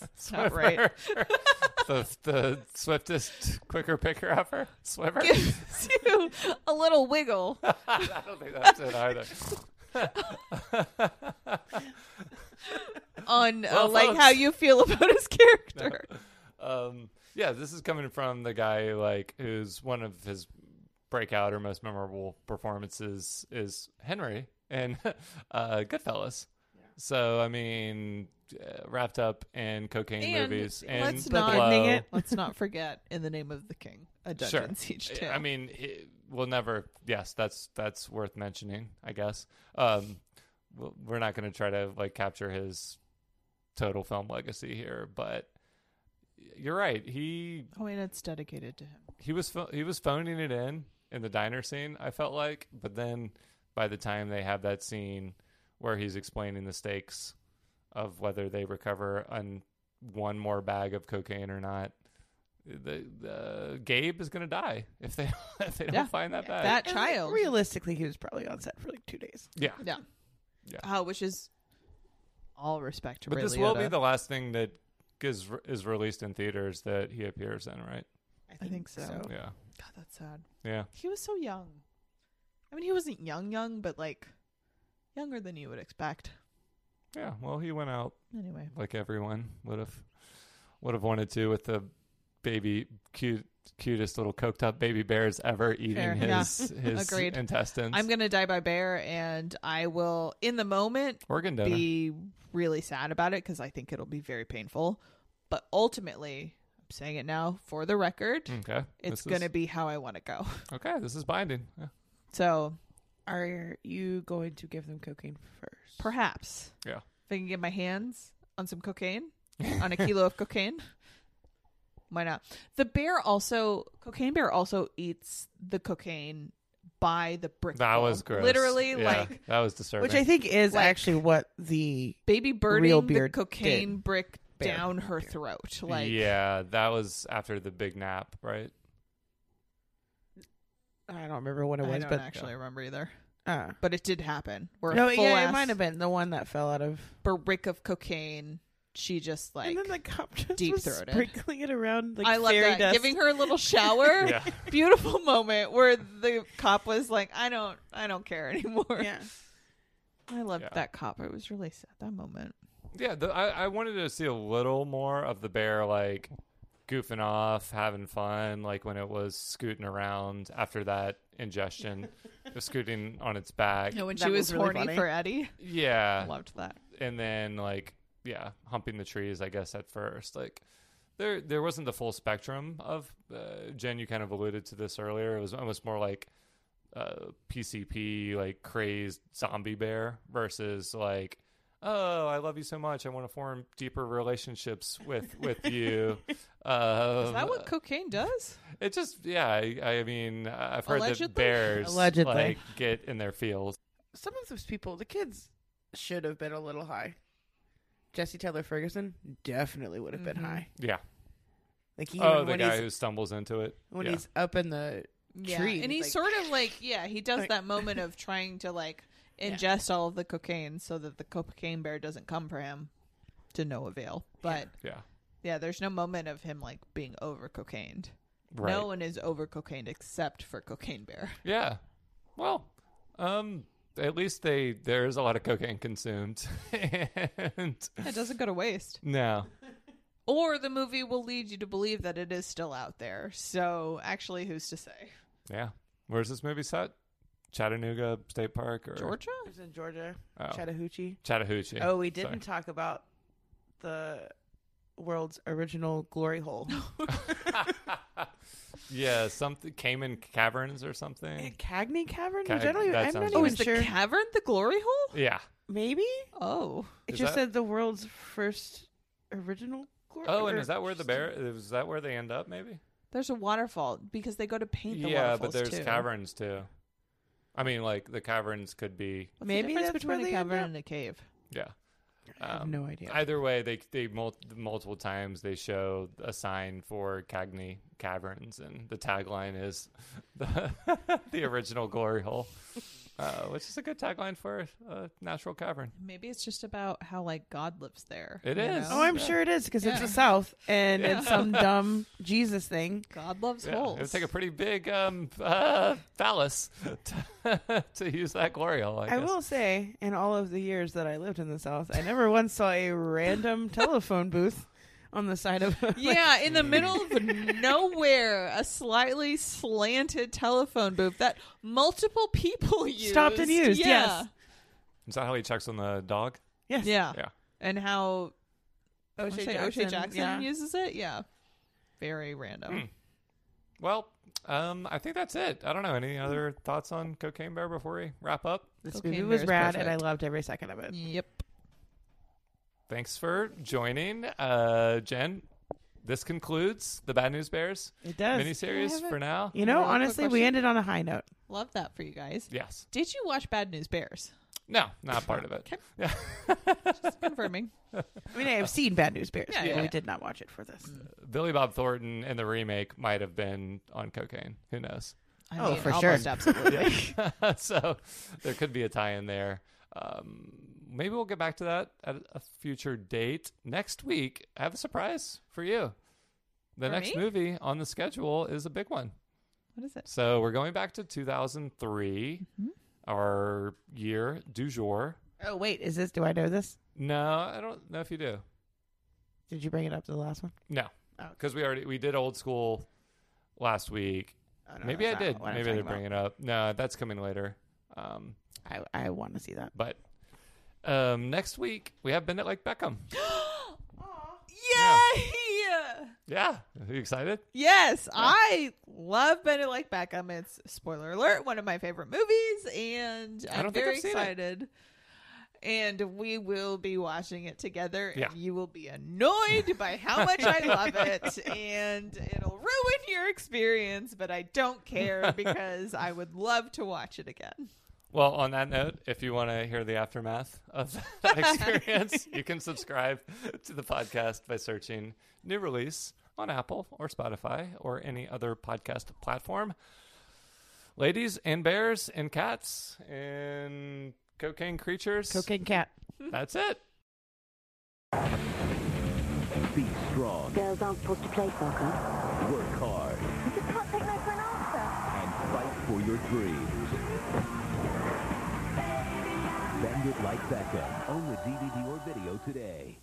Speaker 3: That's not right.
Speaker 2: the, the swiftest, quicker picker upper swimmer.
Speaker 3: gives you a little wiggle.
Speaker 2: I don't think that's it either.
Speaker 3: on uh,
Speaker 2: Well,
Speaker 3: like
Speaker 2: folks.
Speaker 3: how you feel about his character.
Speaker 2: Um, yeah, this is coming from the guy like who's one of his breakout or most memorable performances is Henry in uh, Goodfellas. So I mean, uh, wrapped up in cocaine movies and
Speaker 3: let's
Speaker 2: blow.
Speaker 3: not
Speaker 6: it.
Speaker 3: let's not forget in the name of the king a
Speaker 2: Sure.
Speaker 3: dungeon siege too.
Speaker 2: I mean, it, we'll never. Yes, that's that's worth mentioning, I guess. Um, w- we're not going to try to like capture his total film legacy here, but you're right. He
Speaker 3: Oh, and it's dedicated to him.
Speaker 2: he was pho- he was phoning it in in the diner scene. I felt like, but then by the time they have that scene where he's explaining the stakes of whether they recover an, one more bag of cocaine or not, the, the Gabe is gonna die if they if they don't
Speaker 3: Yeah.
Speaker 2: find that bag.
Speaker 3: That child.
Speaker 6: Realistically, he was probably on set for like two days.
Speaker 2: yeah.
Speaker 3: Yeah.
Speaker 2: Yeah.
Speaker 3: Uh, which is all respect to
Speaker 2: But
Speaker 3: Ray
Speaker 2: this will be
Speaker 3: Liotta.
Speaker 2: the last thing that is is released in theaters that he appears in, right?
Speaker 3: I think so. God,
Speaker 2: Yeah,
Speaker 3: that's sad.
Speaker 2: yeah.
Speaker 3: He was so young. I mean, he wasn't young, young, but like younger than you would expect.
Speaker 2: Yeah, well, he went out
Speaker 3: Anyway,
Speaker 2: like everyone would have would have wanted to with the baby cute cutest little coked up baby bears ever eating
Speaker 3: Fair.
Speaker 2: his
Speaker 3: Yeah.
Speaker 2: his
Speaker 3: Agreed.
Speaker 2: intestines.
Speaker 3: I'm gonna die by bear, and I will, in the moment,
Speaker 2: organ donor.
Speaker 3: be really sad about it because I think it'll be very painful. But ultimately, I'm saying it now for the record,
Speaker 2: okay,
Speaker 3: it's
Speaker 2: Mm. this is-
Speaker 3: gonna be how I want to go.
Speaker 2: okay. This is binding. Yeah,
Speaker 3: So
Speaker 6: Are you going to give them cocaine first?
Speaker 3: perhaps
Speaker 2: Yeah.
Speaker 3: if I can get my hands on some cocaine, on a kilo of cocaine. Why not? The bear also cocaine bear also eats the cocaine by the brick.
Speaker 2: that
Speaker 3: wall.
Speaker 2: was gross.
Speaker 3: Literally
Speaker 2: Yeah,
Speaker 3: like
Speaker 2: that was disturbing.
Speaker 6: Which I think is
Speaker 3: Like-
Speaker 6: actually what the
Speaker 3: baby
Speaker 6: Real
Speaker 3: birding the
Speaker 6: beard
Speaker 3: cocaine
Speaker 6: did.
Speaker 3: brick
Speaker 6: Bear.
Speaker 3: down her throat. Like
Speaker 2: yeah, that was after the big nap, right?
Speaker 6: I don't remember what it
Speaker 3: I
Speaker 6: was,
Speaker 3: don't
Speaker 6: but
Speaker 3: actually remember either.
Speaker 6: uh,
Speaker 3: But it did happen. Where
Speaker 6: no,
Speaker 3: a full
Speaker 6: yeah,
Speaker 3: ass
Speaker 6: it might have been the one that fell out of.
Speaker 3: brick of cocaine. She just like
Speaker 6: and then the cop just
Speaker 3: deep
Speaker 6: was
Speaker 3: throated.
Speaker 6: sprinkling it around like
Speaker 3: I love
Speaker 6: fairy
Speaker 3: that.
Speaker 6: dust.
Speaker 3: Giving her a little shower.
Speaker 2: Yeah.
Speaker 3: Beautiful moment where the cop was like, I don't I don't care anymore.
Speaker 6: yeah,
Speaker 3: I loved
Speaker 2: Yeah.
Speaker 3: that cop. It was really sad that moment.
Speaker 2: Yeah, the, I, I wanted to see a little more of the bear like goofing off, having fun, like when it was scooting around after that ingestion, it was scooting on its back.
Speaker 3: when
Speaker 6: That
Speaker 3: she was,
Speaker 6: was really
Speaker 3: horny
Speaker 6: funny.
Speaker 3: for Eddie. I
Speaker 2: Yeah,
Speaker 3: loved that.
Speaker 2: and then like yeah, humping the trees. I guess at first, like there there wasn't the full spectrum of uh, Jen. You kind of alluded to this earlier. It was almost more like uh, PCP, like crazed zombie bear versus like, oh, I love you so much. I want to form deeper relationships with with you. um,
Speaker 3: Is that what cocaine does?
Speaker 2: it just yeah. I, I mean, I've heard
Speaker 3: Allegedly?
Speaker 2: that bears
Speaker 6: Allegedly.
Speaker 2: like get in their feels.
Speaker 1: Some of those people, the kids, should have been a little high. Jesse Taylor Ferguson definitely would have
Speaker 6: Mm-hmm.
Speaker 1: been high.
Speaker 2: Yeah.
Speaker 1: Like even
Speaker 2: Oh, the
Speaker 1: when
Speaker 2: guy
Speaker 1: he's
Speaker 2: who stumbles into it.
Speaker 1: when
Speaker 2: yeah.
Speaker 1: he's up in the tree,
Speaker 3: And he's
Speaker 1: like,
Speaker 3: sort of like yeah, he does
Speaker 1: Like-
Speaker 3: that moment of trying to like ingest all of the cocaine so that the cocaine bear doesn't come for him to no avail. But
Speaker 2: yeah.
Speaker 3: yeah, there's no moment of him like being over cocained.
Speaker 2: Right.
Speaker 3: No one is over cocaine except for Cocaine Bear.
Speaker 2: Yeah. Well, um, at least they there is a lot of cocaine consumed, and
Speaker 3: It doesn't go to waste.
Speaker 2: no,
Speaker 3: Or the movie will lead you to believe that it is still out there. So actually, who's to say?
Speaker 2: yeah. Where's this movie set? Chattanooga State Park or
Speaker 3: Georgia?
Speaker 6: it was in Georgia,
Speaker 2: Oh.
Speaker 6: Chattahoochee.
Speaker 2: Chattahoochee.
Speaker 6: Oh, we didn't talk about the world's original glory hole.
Speaker 2: yeah, something Cayman Caverns or something.
Speaker 6: Cagney Cavern,
Speaker 2: Cag-
Speaker 6: which I don't even,
Speaker 2: that
Speaker 6: I'm
Speaker 2: sounds
Speaker 6: not
Speaker 2: right.
Speaker 6: even
Speaker 2: Oh,
Speaker 3: Is the
Speaker 6: sure.
Speaker 3: cavern the glory hole?
Speaker 2: Yeah.
Speaker 6: Maybe
Speaker 3: Oh.
Speaker 6: it
Speaker 2: Is
Speaker 6: just
Speaker 2: that-
Speaker 6: said the world's first original glory.
Speaker 2: Oh, and
Speaker 6: or
Speaker 2: is that where the bear? Is that where they end up? Maybe.
Speaker 3: There's a waterfall because they go to paint the
Speaker 2: Yeah, but
Speaker 3: waterfalls
Speaker 2: there's
Speaker 3: too.
Speaker 2: caverns too. I mean, like the caverns could be.
Speaker 3: What's
Speaker 6: Maybe
Speaker 3: the difference
Speaker 6: that's
Speaker 3: between
Speaker 6: where
Speaker 3: a
Speaker 6: they end
Speaker 3: cavern
Speaker 6: up.
Speaker 3: and a cave.
Speaker 2: Yeah.
Speaker 6: I have
Speaker 2: Um,
Speaker 6: no idea.
Speaker 2: Either way, they they mul- multiple times they show a sign for Cagney Caverns, and the tagline is the the original glory hole, uh, which is a good tagline for a natural cavern.
Speaker 3: Maybe it's just about how like God lives there.
Speaker 2: It
Speaker 3: you
Speaker 2: is.
Speaker 3: know?
Speaker 6: Oh, I'm sure it is because it's
Speaker 3: Yeah.
Speaker 6: the South and it's some dumb Jesus thing.
Speaker 3: God loves
Speaker 2: Yeah,
Speaker 3: holes.
Speaker 2: it would take a pretty big um, uh, phallus to, to use that glory hole. I,
Speaker 6: I
Speaker 2: guess.
Speaker 6: will say, in all of the years that I lived in the South, I never once saw a random telephone booth on the side of.
Speaker 3: Yeah, in the middle of nowhere, a slightly slanted telephone booth that multiple people used.
Speaker 6: Stopped and used,
Speaker 3: Yeah.
Speaker 2: Is that how he checks on the dog?
Speaker 6: Yes.
Speaker 3: Yeah.
Speaker 2: Yeah.
Speaker 3: And how
Speaker 6: O'Shea
Speaker 3: O'Shea Jackson,
Speaker 6: yeah.
Speaker 3: uses it. Yeah. Very random.
Speaker 2: Well, um, I think that's it. I don't know. Any other thoughts on Cocaine Bear before we wrap up?
Speaker 6: This
Speaker 3: Cocaine
Speaker 6: movie
Speaker 3: Bear
Speaker 6: was
Speaker 3: is
Speaker 6: rad, and I
Speaker 3: perfect.
Speaker 6: loved every second of it.
Speaker 3: Yep.
Speaker 2: Thanks for joining, uh, Jen. This concludes the Bad News Bears
Speaker 6: It does.
Speaker 2: miniseries for now.
Speaker 6: you know,
Speaker 3: Real quick
Speaker 6: honestly, we
Speaker 3: question.
Speaker 6: ended on a high note.
Speaker 3: Love that for you guys.
Speaker 2: Yes.
Speaker 3: Did you watch Bad News Bears?
Speaker 2: No, not part of it. Yeah.
Speaker 3: Confirming.
Speaker 6: I mean, I
Speaker 2: Uh,
Speaker 6: have seen Bad News Bears,
Speaker 3: Yeah,
Speaker 6: but
Speaker 3: yeah,
Speaker 6: we
Speaker 3: yeah.
Speaker 6: did not watch it for this.
Speaker 2: Billy Bob Thornton in the remake might have been on cocaine. Who knows?
Speaker 3: I
Speaker 6: Oh,
Speaker 3: mean,
Speaker 6: for sure.
Speaker 3: almost Absolutely.
Speaker 2: so there could be a tie in there. Um, maybe we'll get back to that at a future date. Next week, I have a surprise for you. The
Speaker 3: For
Speaker 2: next
Speaker 3: me?
Speaker 2: movie on the schedule is a big one.
Speaker 3: What is it?
Speaker 2: So we're going back to 2003, our year du jour.
Speaker 6: Oh wait, is this? Do I know this?
Speaker 2: No, I don't know if you do.
Speaker 6: Did you bring it up to the last one?
Speaker 2: No,
Speaker 6: Oh, okay.
Speaker 2: because we already we did old school last week.
Speaker 6: Oh, no,
Speaker 2: Maybe I
Speaker 6: that's not
Speaker 2: did.
Speaker 6: what I'm
Speaker 2: Maybe I did
Speaker 6: talking
Speaker 2: bring it up. No, that's coming later. Um,
Speaker 6: about. I I want to see that.
Speaker 2: But um, next week we have Bennett like Beckham.
Speaker 3: Yay!
Speaker 2: Yeah, are you excited?
Speaker 3: Yes, I love Bennett like Beckham. It's spoiler alert, one of my favorite movies, and
Speaker 2: I
Speaker 3: I'm
Speaker 2: don't think
Speaker 3: very
Speaker 2: I've seen it.
Speaker 3: excited. And we will be watching it together, and
Speaker 2: Yeah.
Speaker 3: you will be annoyed by how much I love it, and it'll ruin your experience. But I don't care because I would love to watch it again.
Speaker 2: Well, on that note, if you want to hear the aftermath of that experience, you can subscribe to the podcast by searching New Release on Apple or Spotify or any other podcast platform. Ladies and bears and cats and cocaine creatures.
Speaker 6: Cocaine Cat.
Speaker 2: That's it.
Speaker 5: Be strong.
Speaker 7: Girls aren't supposed to play soccer.
Speaker 5: Work hard.
Speaker 7: You just can't take no for an answer.
Speaker 5: and fight for your dreams. Bend it like Beckham. Own the DVD or video today.